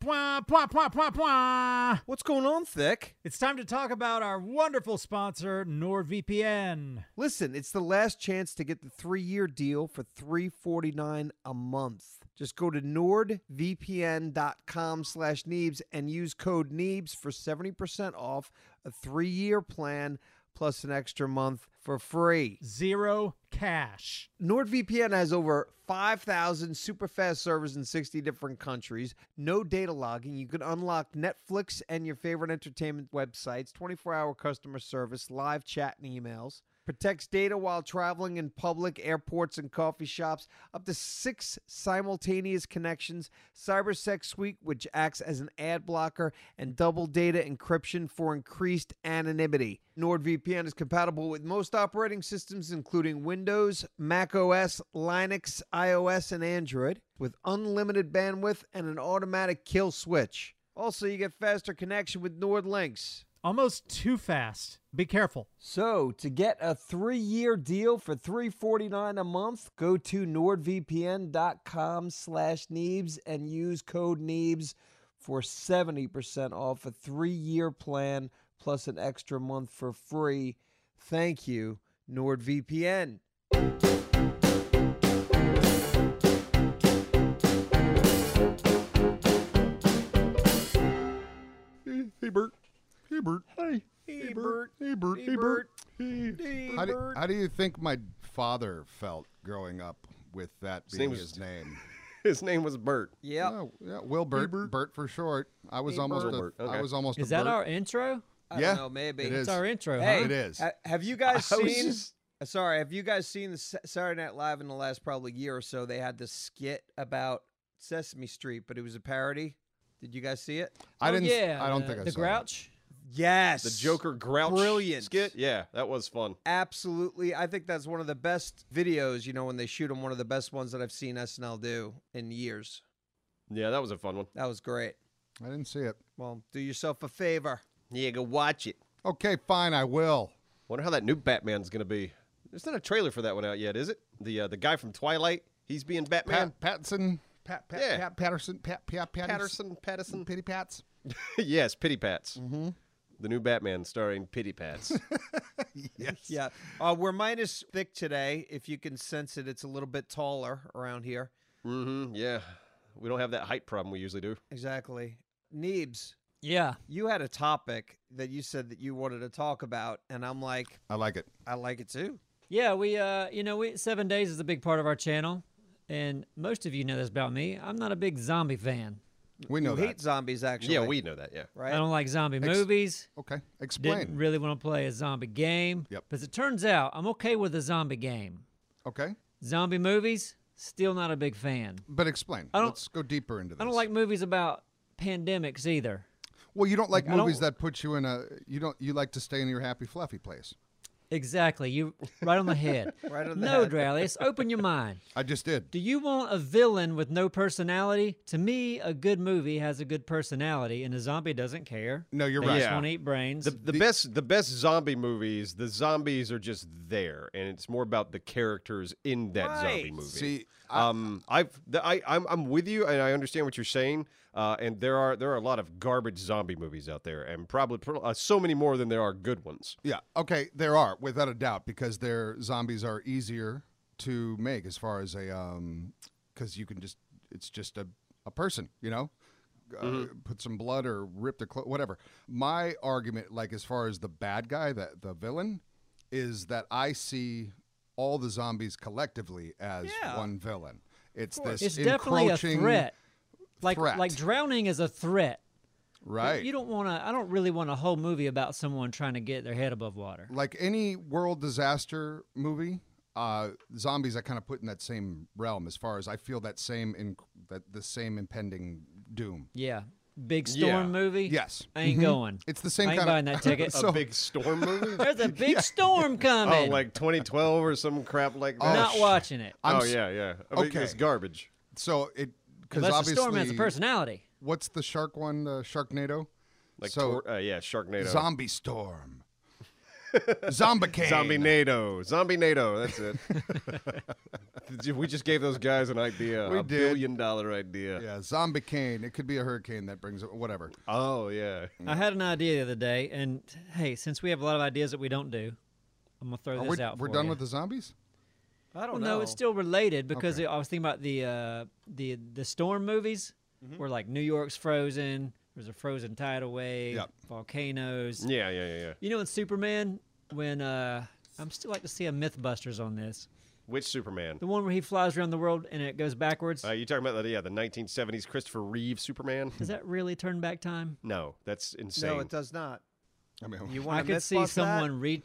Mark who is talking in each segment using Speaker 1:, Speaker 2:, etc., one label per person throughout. Speaker 1: Point, point, point, point, point.
Speaker 2: What's going on, Thick?
Speaker 1: It's time to talk about our wonderful sponsor, NordVPN.
Speaker 2: Listen, it's the last chance to get the three-year deal for three forty-nine a month. Just go to nordvpn.com slash Neebs and use code Neebs for 70% off a three-year plan plus an extra month for free.
Speaker 1: Zero cash.
Speaker 2: NordVPN has over 5,000 super fast servers in 60 different countries. No data logging. You can unlock Netflix and your favorite entertainment websites, 24 hour customer service, live chat and emails. Protects data while traveling in public, airports, and coffee shops. Up to six simultaneous connections. CyberSec Suite, which acts as an ad blocker, and double data encryption for increased anonymity. NordVPN is compatible with most operating systems, including Windows, Mac OS, Linux, iOS, and Android, with unlimited bandwidth and an automatic kill switch. Also, you get faster connection with NordLynx.
Speaker 1: Almost too fast. Be careful.
Speaker 2: So, to get a three-year deal for three forty-nine a month, go to nordvpn.com slash Neebs and use code Neebs for 70% off a three-year plan plus an extra month for free. Thank you, NordVPN.
Speaker 3: Hey Bert. Hey Bert. Hey.
Speaker 2: Hey,
Speaker 3: Hey Bert.
Speaker 2: Hey, Bert.
Speaker 3: Hey.
Speaker 2: Hey,
Speaker 4: How do,
Speaker 2: Bert.
Speaker 4: how do you think my father felt growing up with that
Speaker 3: His
Speaker 4: being
Speaker 3: name was-
Speaker 4: his name?
Speaker 3: His name was Bert.
Speaker 2: Yep.
Speaker 4: Oh, yeah, Wilbert,
Speaker 3: Bert.
Speaker 4: Bert. for short. I was
Speaker 2: Hey,
Speaker 4: almost
Speaker 2: Bert.
Speaker 4: a,
Speaker 3: Wilbert, okay.
Speaker 4: I was almost
Speaker 5: Is
Speaker 4: a
Speaker 5: that
Speaker 4: Bert.
Speaker 5: our intro?
Speaker 2: I
Speaker 4: yeah,
Speaker 2: don't know, maybe.
Speaker 4: it
Speaker 5: That's
Speaker 4: is.
Speaker 5: our intro,
Speaker 2: Hey,
Speaker 5: huh?
Speaker 4: It is.
Speaker 2: ha- have you guys
Speaker 3: I was
Speaker 2: seen?
Speaker 3: just-
Speaker 2: uh, Sorry, have you guys seen the Sa- Saturday Night Live in the last probably year or so? They had this skit about Sesame Street, but it was a parody. Did you guys see it?
Speaker 4: I
Speaker 5: Oh,
Speaker 4: didn't.
Speaker 5: Yeah,
Speaker 4: I don't
Speaker 5: the-
Speaker 4: think I
Speaker 5: the
Speaker 4: saw that.
Speaker 5: Grouch.
Speaker 2: Yes.
Speaker 3: The Joker Grouch
Speaker 2: Brilliant.
Speaker 3: skit. Yeah, that was fun.
Speaker 2: Absolutely. I think that's one of the best videos, you know, when they shoot them, one of the best ones that I've seen SNL do in years.
Speaker 3: Yeah, that was a fun one.
Speaker 2: That was great.
Speaker 4: I didn't see it.
Speaker 2: Well, do yourself a favor.
Speaker 3: Yeah, go watch it.
Speaker 4: Okay, fine. I will.
Speaker 3: Wonder how that new Batman's gonna be. There's not a trailer for that one out yet, is it? The uh, the guy from Twilight. He's being Batman.
Speaker 4: Pat Patson. Pat Pat,
Speaker 3: Yeah.
Speaker 4: Pat Patterson. Pat Pat Patterson.
Speaker 3: Patterson. Patterson.
Speaker 4: Pity Pats.
Speaker 3: yes, Pity Pats. Mm-hmm. The new Batman starring Pity Pats.
Speaker 4: Yes.
Speaker 2: Yeah. Uh, we're minus thick today. If you can sense it, it's a little bit taller around here.
Speaker 3: mm-hmm. Yeah, we don't have that height problem we usually do.
Speaker 2: Exactly. Neebs,
Speaker 5: Yeah.
Speaker 2: you had a topic that you said that you wanted to talk about, and I'm like,
Speaker 4: I like it.
Speaker 2: I like it too.
Speaker 5: Yeah, we uh you know, we seven days is a big part of our channel. And most of you know this about me. I'm not a big zombie fan.
Speaker 4: We know
Speaker 2: you
Speaker 4: that.
Speaker 2: hate zombies, actually.
Speaker 3: Yeah, we know that. Yeah.
Speaker 2: right.
Speaker 5: I don't like zombie movies.
Speaker 4: Okay.
Speaker 5: Didn't
Speaker 4: Explain.
Speaker 5: really want to play a zombie game.
Speaker 4: Yep.
Speaker 5: But as it turns out, I'm okay with a zombie game.
Speaker 4: okay.
Speaker 5: Zombie movies, still not a big fan.
Speaker 4: But explain.
Speaker 5: don't-
Speaker 4: Let's go deeper into this.
Speaker 5: I don't like movies about pandemics either.
Speaker 4: Well, you don't like
Speaker 5: I don't-
Speaker 4: movies that put you in a. You don't. You like to stay in your happy fluffy place.
Speaker 5: Exactly. You right on the head.
Speaker 2: Right on the
Speaker 5: no,
Speaker 2: head.
Speaker 5: Dralius, open your mind.
Speaker 4: I just did.
Speaker 5: Do you want a villain with no personality? To me, a good movie has a good personality, and a zombie doesn't care.
Speaker 4: No, you're
Speaker 5: they
Speaker 4: right.
Speaker 5: Just
Speaker 3: Yeah.
Speaker 5: want to eat brains.
Speaker 3: The, the best the best zombie movies, the zombies are just there, and it's more about the characters in that zombie
Speaker 2: Right.
Speaker 3: movie.
Speaker 4: See, I-
Speaker 3: um, I've the, I I'm, I'm with you, and I understand what you're saying. Uh, and there are there are a lot of garbage zombie movies out there, and probably pro- uh, so many more than there are good ones.
Speaker 4: Yeah. Okay. There are, without a doubt, because their zombies are easier to make as far as a, um, because you can just, it's just a, a person, you know,
Speaker 5: Mm-hmm.
Speaker 4: uh, put some blood or rip their clothes, whatever. My argument, like as far as the bad guy, that the villain, is that I see all the zombies collectively as
Speaker 2: Yeah.
Speaker 4: one villain. It's this
Speaker 5: it's definitely a
Speaker 4: encroaching
Speaker 5: threat. Like
Speaker 4: threat.
Speaker 5: like drowning is a threat. You-
Speaker 4: right?
Speaker 5: You don't want to. I don't really want a whole movie about someone trying to get their head above water.
Speaker 4: like any world disaster movie, uh, zombies I kind of put in that same realm as far as I feel that same in that the same impending doom.
Speaker 5: Yeah. Big storm
Speaker 3: Yeah.
Speaker 5: movie.
Speaker 4: Yes. Mm-hmm.
Speaker 5: I ain't going.
Speaker 4: It's the same
Speaker 5: I ain't
Speaker 4: kind
Speaker 5: buying
Speaker 4: of
Speaker 5: that ticket.
Speaker 3: a big storm movie,
Speaker 5: There's a big storm
Speaker 3: oh,
Speaker 5: coming.
Speaker 3: like 2012 or some crap like that.
Speaker 5: not watching it.
Speaker 4: I'm
Speaker 3: oh
Speaker 4: s-
Speaker 3: yeah, yeah. I mean,
Speaker 4: Okay.
Speaker 3: it's garbage.
Speaker 4: so it because
Speaker 5: Unless the
Speaker 4: obviously
Speaker 5: storm has a personality.
Speaker 4: what's the shark one? The Sharknado.
Speaker 3: Like
Speaker 4: so
Speaker 3: tor- uh, yeah, Sharknado.
Speaker 4: zombie storm. Zombie Kane.
Speaker 3: Zombie NATO. Zombie NATO. That's it. we just gave those guys an idea.
Speaker 4: We
Speaker 3: a
Speaker 4: did.
Speaker 3: billion dollar idea.
Speaker 4: Yeah, Zombie Kane. It could be a hurricane that brings it. Whatever.
Speaker 3: Oh, yeah.
Speaker 5: I had an idea the other day, and hey, since we have a lot of ideas that we don't do, I'm gonna throw
Speaker 4: Are
Speaker 5: this
Speaker 4: we,
Speaker 5: out.
Speaker 4: we're
Speaker 5: for
Speaker 4: done
Speaker 5: you.
Speaker 4: with the zombies.
Speaker 1: I don't
Speaker 5: Well,
Speaker 1: know.
Speaker 5: no, it's still related because it, I was thinking about the uh, the the storm movies,
Speaker 4: Mm-hmm.
Speaker 5: where like New York's frozen. There's a frozen tidal wave.
Speaker 4: Yep.
Speaker 5: Volcanoes.
Speaker 3: Yeah, yeah, yeah, yeah.
Speaker 5: You know, in Superman, when uh, I'm still like to see a MythBusters on this,
Speaker 3: Which Superman?
Speaker 5: the one where he flies around the world and it goes backwards.
Speaker 3: Uh, you talking about the yeah the 1970s Christopher Reeve Superman?
Speaker 5: Does that really turn back time?
Speaker 3: No, that's insane.
Speaker 2: No, it does not.
Speaker 4: I mean,
Speaker 2: You
Speaker 5: I
Speaker 2: want
Speaker 5: could see someone read.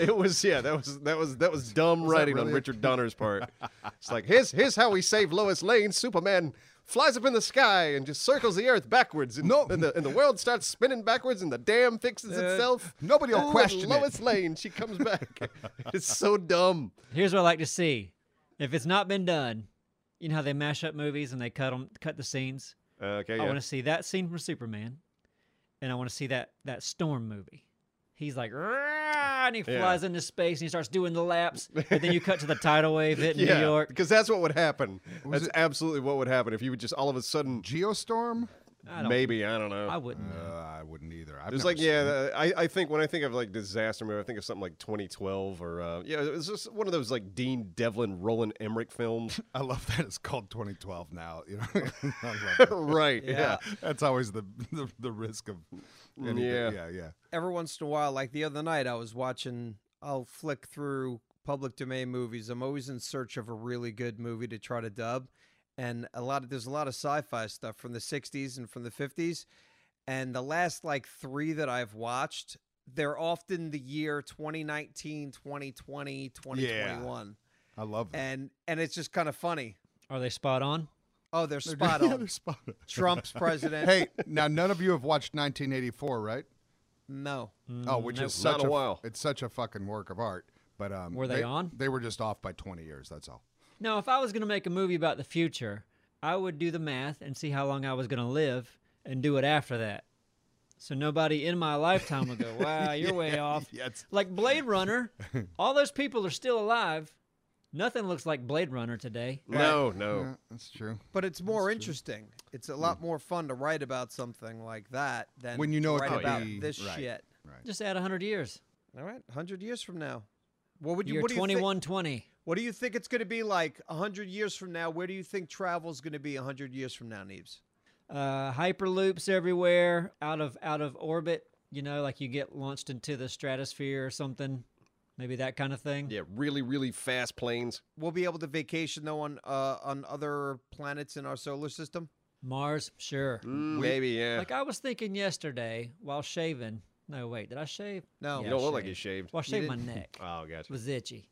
Speaker 3: It was yeah, that was that was that was dumb writing
Speaker 4: really
Speaker 3: on
Speaker 4: it?
Speaker 3: Richard Donner's part. it's like here's here's how we save Lois Lane. Superman flies up in the sky and just circles the Earth backwards, and,
Speaker 4: No.
Speaker 3: and, the, and the world starts spinning backwards, and the dam fixes itself.
Speaker 4: nobody'll
Speaker 3: and
Speaker 4: question it.
Speaker 3: Lois Lane. She comes back. it's so dumb.
Speaker 5: Here's what I like to see. If it's not been done, you know how they mash up movies and they cut 'em- cut the scenes.
Speaker 3: Uh, okay,
Speaker 5: I
Speaker 3: yeah.
Speaker 5: want to see that scene from Superman, and I want to see that that storm movie. He's like, "Rah," and he
Speaker 3: Yeah.
Speaker 5: flies into space and he starts doing the laps. and then you cut to the tidal wave hitting
Speaker 3: yeah,
Speaker 5: New York.
Speaker 3: because that's what would happen. That's
Speaker 4: it-
Speaker 3: absolutely what would happen if you would just all of a sudden,
Speaker 4: Geostorm.
Speaker 5: I don't-
Speaker 3: maybe I don't know.
Speaker 5: I wouldn't.
Speaker 4: Uh,
Speaker 5: know.
Speaker 4: I wouldn't either. I've
Speaker 3: It was
Speaker 4: never
Speaker 3: like
Speaker 4: seen it.
Speaker 3: yeah, I, I think when I think of like disaster movie, I think of something like 2012 or uh, yeah, it was just one of those like Dean Devlin, Roland Emmerich films.
Speaker 4: I love that it's called 2012 now. You know, I love that.
Speaker 3: right? Yeah.
Speaker 4: that's always the the, the risk of. anything.
Speaker 3: Yeah.
Speaker 4: yeah, yeah.
Speaker 2: every once in a while, like the other night, I was watching. I'll flick through public domain movies. I'm always in search of a really good movie to try to dub, and a lot of there's a lot of sci-fi stuff from the '60s and from the '50s, and the last like three that I've watched, they're often the year 2019, 2020, 2021,
Speaker 4: I love that.
Speaker 2: and and it's just kind of funny.
Speaker 5: Are they spot on?
Speaker 2: Oh, they're spot
Speaker 4: Yeah,
Speaker 2: on.
Speaker 4: they're spot on.
Speaker 2: Trump's president.
Speaker 4: Hey, now none of you have watched 1984, right?
Speaker 2: no.
Speaker 4: Oh, which is
Speaker 3: Mm, Not
Speaker 4: such
Speaker 3: a while.
Speaker 4: It's such a fucking work of art. But um,
Speaker 5: Were they on?
Speaker 4: They were just off by 20 years. That's all.
Speaker 5: Now, if I was going to make a movie about the future, I would do the math and see how long I was going to live and do it after that. So nobody in my lifetime would go, wow, you're way off.
Speaker 4: yeah, it's-
Speaker 5: like Blade Runner, all those people are still alive. Nothing looks like Blade Runner today.
Speaker 3: No, no.
Speaker 4: Yeah, that's true.
Speaker 2: But it's more interesting. It's a lot more fun to write about something like that than
Speaker 4: When you know it
Speaker 2: to write
Speaker 4: could
Speaker 2: about
Speaker 4: be-
Speaker 2: this
Speaker 4: right.
Speaker 2: shit.
Speaker 5: Just add 100 years.
Speaker 2: All right, hundred years from now, what would you?
Speaker 5: You're
Speaker 2: What do you, think,
Speaker 5: 2120.
Speaker 2: what do you think it's going to be like hundred years from now? Where do you think travel's going to be hundred years from now, Neves?
Speaker 5: Uh, hyperloops everywhere, out of out of orbit. You know, like you get launched into the stratosphere or something. Maybe that kind of thing.
Speaker 3: Yeah, really, really fast planes.
Speaker 2: We'll be able to vacation though on uh, on other planets in our solar system.
Speaker 5: Mars, sure.
Speaker 3: Mm, maybe yeah.
Speaker 5: Like I was thinking yesterday while shaving. No, wait, did I shave?
Speaker 2: No.
Speaker 5: Yeah,
Speaker 2: You
Speaker 3: you don't
Speaker 5: I
Speaker 3: look like
Speaker 5: shaved.
Speaker 3: you shaved.
Speaker 5: Well, I shaved my
Speaker 2: didn't.
Speaker 5: neck.
Speaker 3: Oh,
Speaker 5: It
Speaker 3: gotcha.
Speaker 5: was itchy,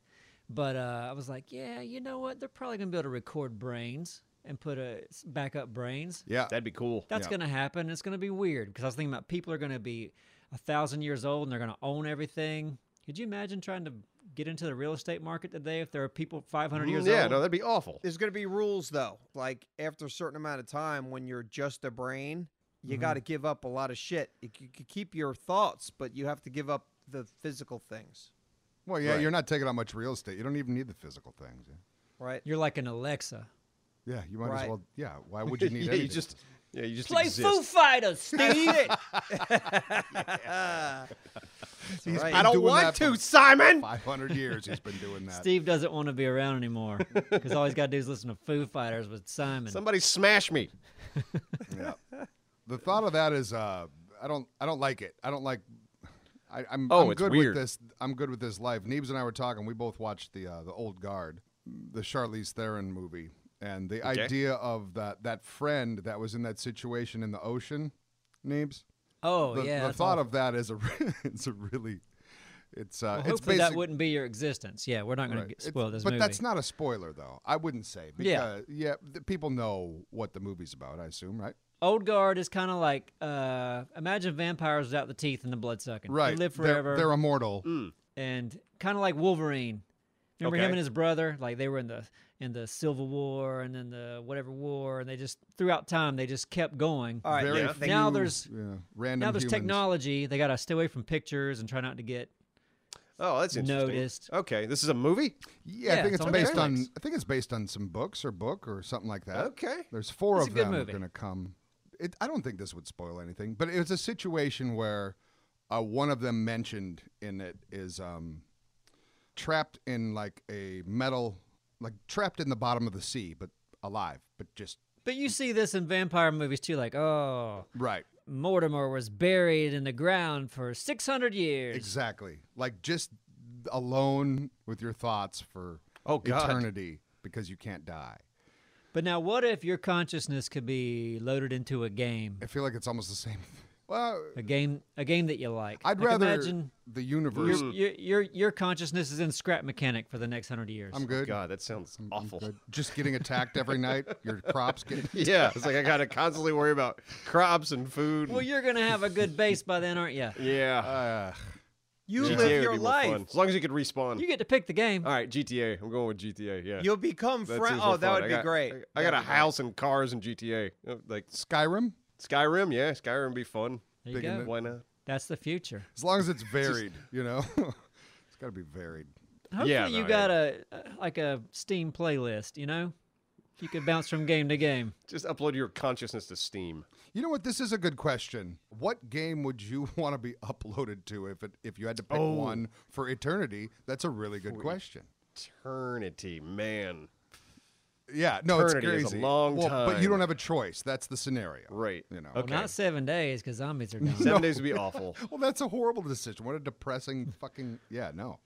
Speaker 5: but uh, I was like, yeah, you know what? They're probably gonna be able to record brains and put a s- backup brains.
Speaker 4: Yeah.
Speaker 3: That'd be cool.
Speaker 5: That's
Speaker 4: Yeah.
Speaker 5: gonna happen. It's gonna be weird because I was thinking about people are gonna be a thousand years old and they're gonna own everything. Could you imagine trying to get into the real estate market today if there are people 500
Speaker 3: Mm,
Speaker 5: years
Speaker 3: yeah,
Speaker 5: old?
Speaker 3: no, that'd be awful.
Speaker 2: There's going to be rules though. Like after a certain amount of time, when you're just a brain, you got to give up a lot of shit. You, c- you could keep your thoughts, but you have to give up the physical things,
Speaker 4: Well, yeah,
Speaker 3: Right.
Speaker 4: you're not taking on much real estate. You don't even need the physical things.
Speaker 2: right?
Speaker 5: You're like an Alexa.
Speaker 4: Yeah, yeah you might as
Speaker 2: Right.
Speaker 4: well. Yeah, why would you need
Speaker 3: yeah,
Speaker 4: anything?
Speaker 3: you just yeah, you just
Speaker 5: Play
Speaker 3: exist.
Speaker 5: Foo Fighters, Steve.
Speaker 4: He's
Speaker 2: right.
Speaker 4: been
Speaker 2: I
Speaker 4: doing that for
Speaker 3: Simon.
Speaker 4: 500 years he's been doing that.
Speaker 5: Steve doesn't want to be around anymore because all he's got to do is listen to Foo Fighters with Simon.
Speaker 3: Somebody smash me.
Speaker 4: The thought of that is, uh, I don't, I don't like it. I don't like. I, I'm,
Speaker 3: Oh,
Speaker 4: I'm
Speaker 3: it's
Speaker 4: good
Speaker 3: weird.
Speaker 4: with this. I'm good with this life. Neebs and I were talking. We both watched the uh, the Old Guard, the Charlize Theron movie, and the
Speaker 3: Okay.
Speaker 4: idea of that that friend that was in that situation in the ocean, Neebs.
Speaker 5: oh
Speaker 4: The,
Speaker 5: yeah,
Speaker 4: the
Speaker 5: that's
Speaker 4: thought
Speaker 5: awful.
Speaker 4: of that is a, it's a really, it's uh,
Speaker 5: Well,
Speaker 4: it's
Speaker 5: hopefully that
Speaker 4: basic-
Speaker 5: wouldn't be your existence. Yeah, we're not going
Speaker 4: Right.
Speaker 5: to
Speaker 4: It's-
Speaker 5: spoil this
Speaker 4: but
Speaker 5: movie.
Speaker 4: that's not a spoiler though. I wouldn't say
Speaker 5: Yeah.
Speaker 4: because yeah, the people know what the movie's about. I assume, right?
Speaker 5: Old guard is kind of like uh, imagine vampires without the teeth and the blood sucking.
Speaker 4: Right.
Speaker 5: they live
Speaker 4: They're-
Speaker 5: forever,
Speaker 4: They're, immortal.
Speaker 5: and kind of like Wolverine. Remember
Speaker 3: Okay.
Speaker 5: him and his brother? Like they were in the in the Civil War and then the whatever war, and they just throughout time they just kept going.
Speaker 2: All right,
Speaker 4: Very
Speaker 2: yeah.
Speaker 4: few,
Speaker 5: Now there's-
Speaker 4: yeah, random
Speaker 5: now there's
Speaker 4: humans.
Speaker 5: technology. They got to stay away from pictures and try not to get
Speaker 3: Oh, that's interesting.
Speaker 5: noticed.
Speaker 3: Okay, this is a movie.
Speaker 4: Yeah, I
Speaker 5: Yeah,
Speaker 4: think
Speaker 5: it's
Speaker 4: it's,
Speaker 5: on
Speaker 4: based
Speaker 5: Netflix.
Speaker 4: on I think it's based on some books or book or something like that.
Speaker 3: Okay.
Speaker 4: There's four
Speaker 5: It's a
Speaker 4: of
Speaker 5: good
Speaker 4: them
Speaker 5: movie.
Speaker 4: going to come. It, I don't think this would spoil anything, but it's a situation where uh, one of them mentioned in it is um, trapped in like a metal, like trapped in the bottom of the sea, but alive, but just
Speaker 5: But you see this in vampire movies too, like, oh,
Speaker 4: right.
Speaker 5: Mortimer was buried in the ground for 600 years.
Speaker 4: Exactly. Like just alone with your thoughts for
Speaker 3: Oh, God.
Speaker 4: eternity because you can't die.
Speaker 5: But now, what if your consciousness could be loaded into a game,
Speaker 4: I feel like it's almost the same. Well,
Speaker 5: a game, a game that you like?
Speaker 4: I'd
Speaker 5: Like,
Speaker 4: rather
Speaker 5: imagine
Speaker 4: the universe.
Speaker 5: your, your your your consciousness is in Scrap Mechanic for the next hundred years.
Speaker 4: I'm good.
Speaker 3: God, that sounds awful.
Speaker 4: Good. Just getting attacked every night. Your crops get.
Speaker 3: Yeah, it's like I gotta constantly worry about crops and food.
Speaker 5: Well, you're gonna have a good base by then, aren't you?
Speaker 3: yeah,
Speaker 4: Uh,
Speaker 1: You
Speaker 3: GTA would
Speaker 1: live
Speaker 3: be
Speaker 1: your
Speaker 3: more fun.
Speaker 1: life.
Speaker 3: as long as you could respawn.
Speaker 5: You get to pick the game.
Speaker 3: All right, GTA. I'm going with GTA. Yeah,
Speaker 1: You'll become
Speaker 3: That
Speaker 1: friends.
Speaker 3: seems more
Speaker 1: Oh, that
Speaker 3: fun.
Speaker 1: would
Speaker 3: I
Speaker 1: be
Speaker 3: got-
Speaker 1: great.
Speaker 3: I, I got a house and cars in GTA. Uh, Like
Speaker 4: Skyrim,
Speaker 3: Skyrim, yeah, Skyrim would be fun.
Speaker 5: There you go.
Speaker 3: Why not?
Speaker 5: That's the future.
Speaker 4: as long as it's varied, you know, it's got to be varied.
Speaker 5: Hopefully,
Speaker 3: Yeah,
Speaker 5: you
Speaker 3: no,
Speaker 5: got a like a Steam playlist. You know, you could bounce from game to game.
Speaker 3: Just upload your consciousness to Steam.
Speaker 4: You know what? This is a good question. What game would you want to be uploaded to if it if you had to pick
Speaker 3: Oh.
Speaker 4: one for eternity? That's a really good question.
Speaker 3: Eternity, man.
Speaker 4: Yeah, no, it's
Speaker 3: Eternity
Speaker 4: crazy.
Speaker 3: is a long
Speaker 4: well, but you
Speaker 3: time.
Speaker 4: don't have a choice. That's the scenario,
Speaker 3: Right.
Speaker 4: You know.
Speaker 5: Well,
Speaker 3: Okay.
Speaker 5: not seven days because zombies are gone.
Speaker 3: Seven days would be awful.
Speaker 4: Well, that's a horrible decision. What a depressing fucking yeah. No,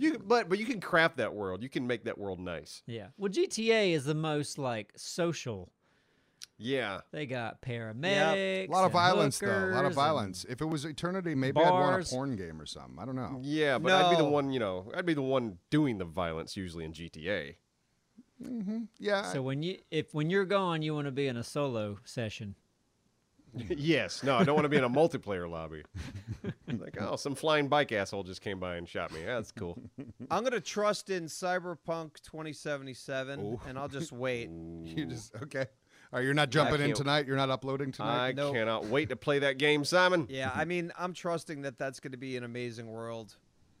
Speaker 3: You, but but you can craft that world. You can make that world nice.
Speaker 5: Yeah. Well, GTA is the most like social.
Speaker 3: Yeah.
Speaker 5: They got paramedics.
Speaker 4: a lot of
Speaker 5: and
Speaker 4: violence though. A lot
Speaker 5: hookers
Speaker 4: of
Speaker 5: and-
Speaker 4: violence. If it was eternity, maybe I'd want a
Speaker 5: bars. Mm.
Speaker 4: porn game or something. I don't know.
Speaker 3: Yeah, but I'd be the
Speaker 1: No.
Speaker 3: one, you know, I'd be the one doing the violence usually in GTA.
Speaker 4: Yeah,
Speaker 5: So when you if when you're gone, you want to be in a solo session.
Speaker 3: yes, no, I don't want to be in a multiplayer lobby. like, oh, some flying bike asshole just came by and shot me. Yeah, that's cool.
Speaker 2: I'm gonna trust in Cyberpunk 2077,
Speaker 3: Oh.
Speaker 2: and I'll just wait.
Speaker 4: You just okay. All right, you're not jumping in
Speaker 3: can't-
Speaker 4: tonight. You're not uploading tonight.
Speaker 3: I
Speaker 2: Nope.
Speaker 3: cannot wait to play that game, Simon.
Speaker 2: yeah, I mean, I'm trusting that that's gonna be an amazing world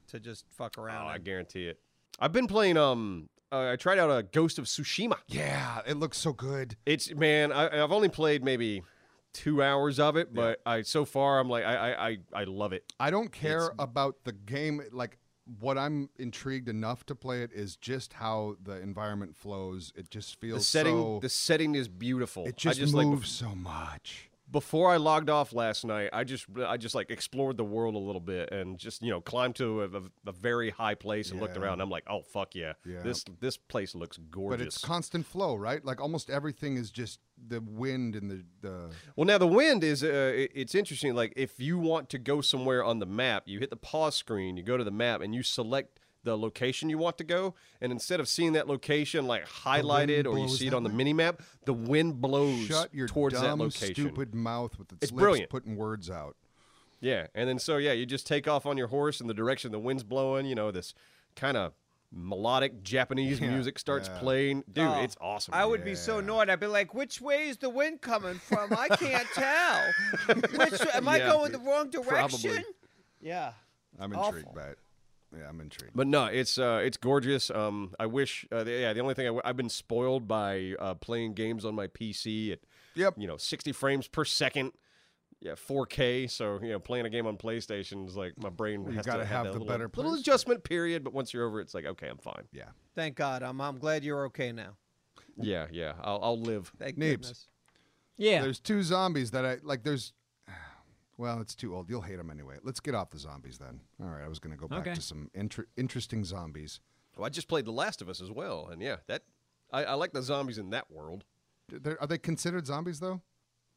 Speaker 2: to just fuck
Speaker 3: Oh,
Speaker 2: around.
Speaker 3: I
Speaker 2: in.
Speaker 3: guarantee it. I've been playing. Um, uh, I tried out a Ghost of Tsushima.
Speaker 4: yeah, it looks so good.
Speaker 3: It's man, I, I've only played maybe two hours of it, but I so far I'm like I I I, I love it.
Speaker 4: I don't care about the game. Like what I'm intrigued enough to play it is just how the environment flows. It just feels
Speaker 3: The setting,
Speaker 4: so.
Speaker 3: the setting is beautiful.
Speaker 4: it just,
Speaker 3: I just like
Speaker 4: moves so much.
Speaker 3: before I logged off last night, I just I just like explored the world a little bit and just you know climbed to a, a, a very high place and looked
Speaker 4: Yeah.
Speaker 3: around. I'm like, oh fuck yeah,
Speaker 4: Yeah.
Speaker 3: this this place looks gorgeous.
Speaker 4: But it's constant flow, right? Like almost everything is just the wind and the the.
Speaker 3: well, now the wind is uh, i- it's interesting. Like if you want to go somewhere on the map, you hit the pause screen, you go to the map, and you select the location you want to go and instead of seeing that location like highlighted or you
Speaker 4: blows
Speaker 3: see it
Speaker 4: that
Speaker 3: on the
Speaker 4: way?
Speaker 3: mini map the wind blows
Speaker 4: Shut your
Speaker 3: towards
Speaker 4: dumb,
Speaker 3: that location
Speaker 4: stupid mouth with its,
Speaker 3: It's
Speaker 4: lips
Speaker 3: brilliant.
Speaker 4: putting words out.
Speaker 3: Yeah, and then so yeah, you just take off on your horse in the direction the wind's blowing. You know this kind of melodic Japanese music starts
Speaker 4: yeah.
Speaker 3: playing. Dude,
Speaker 2: Oh,
Speaker 3: it's awesome.
Speaker 2: I would be so annoyed. I'd be like, "Which way is the wind coming from? I can't tell. Which am I
Speaker 3: Yeah,
Speaker 2: going the wrong direction?"
Speaker 3: probably.
Speaker 2: Yeah.
Speaker 4: I'm
Speaker 2: Awful.
Speaker 4: intrigued by it. Yeah, I'm intrigued.
Speaker 3: But no, it's uh, it's gorgeous. Um, I wish. Uh, the, yeah, the only thing I w- I've been spoiled by uh, playing games on my PC at
Speaker 4: Yep.
Speaker 3: you know 60 frames per second. Yeah, 4K. So you know, playing a game on PlayStation is like my brain.
Speaker 4: you
Speaker 3: has
Speaker 4: gotta
Speaker 3: to
Speaker 4: have
Speaker 3: that
Speaker 4: the
Speaker 3: little,
Speaker 4: better
Speaker 3: little
Speaker 4: PlayStation.
Speaker 3: adjustment period. But once you're over, it, it's like okay, I'm fine.
Speaker 4: Yeah.
Speaker 2: Thank God. I'm. I'm glad you're okay now.
Speaker 3: Yeah, yeah, I'll, I'll live.
Speaker 2: Thank
Speaker 4: Neebs.
Speaker 2: goodness.
Speaker 5: Yeah.
Speaker 4: There's two zombies that I like. There's, well, it's too old. You'll hate them anyway. Let's get off the zombies then. All right, I was gonna go back
Speaker 5: Okay.
Speaker 4: to some inter- interesting zombies.
Speaker 3: Well, I just played The Last of Us as well, and yeah, that I, I like the zombies in that world.
Speaker 4: D- they're- are they considered zombies though?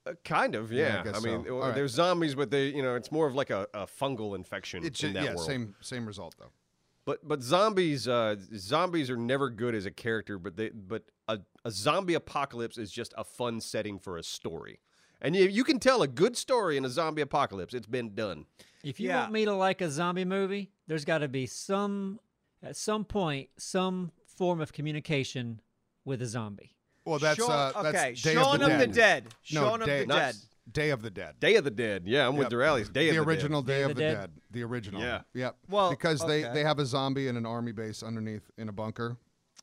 Speaker 3: Uh, kind of,
Speaker 4: Yeah, I
Speaker 3: yeah. I,
Speaker 4: guess
Speaker 3: mean,
Speaker 4: so.
Speaker 3: uh,
Speaker 4: All right.
Speaker 3: they're zombies, but they, you know, it's more of like a, a fungal infection
Speaker 4: It's
Speaker 3: in that
Speaker 4: yeah,
Speaker 3: world.
Speaker 4: same same result though.
Speaker 3: But but zombies, uh, zombies are never good as a character, but they but a, a zombie apocalypse is just a fun setting for a story, and you, you can tell a good story in a zombie apocalypse. It's been done.
Speaker 5: if you
Speaker 2: yeah.
Speaker 5: want me to like a zombie movie, there's got to be some at some point some form of communication with a zombie.
Speaker 4: Well, that's
Speaker 2: Shaun,
Speaker 4: uh, that's
Speaker 2: okay.
Speaker 4: Day
Speaker 2: Shaun
Speaker 4: of the Dead.
Speaker 2: Dead.
Speaker 4: No,
Speaker 2: Shaun of
Speaker 4: Day-
Speaker 2: the
Speaker 3: Not
Speaker 2: Dead.
Speaker 3: s-
Speaker 4: Day of the Dead.
Speaker 3: Day of the Dead. Yeah, I'm with
Speaker 4: Yep.
Speaker 3: Durali's Day
Speaker 4: the
Speaker 3: of the
Speaker 4: original Day
Speaker 5: Day
Speaker 4: of
Speaker 5: of
Speaker 4: the,
Speaker 5: the Dead?
Speaker 4: Dead. The original.
Speaker 3: Yeah.
Speaker 4: Yep.
Speaker 5: Well,
Speaker 4: because they
Speaker 5: okay.
Speaker 4: they have a zombie in an army base underneath in a bunker,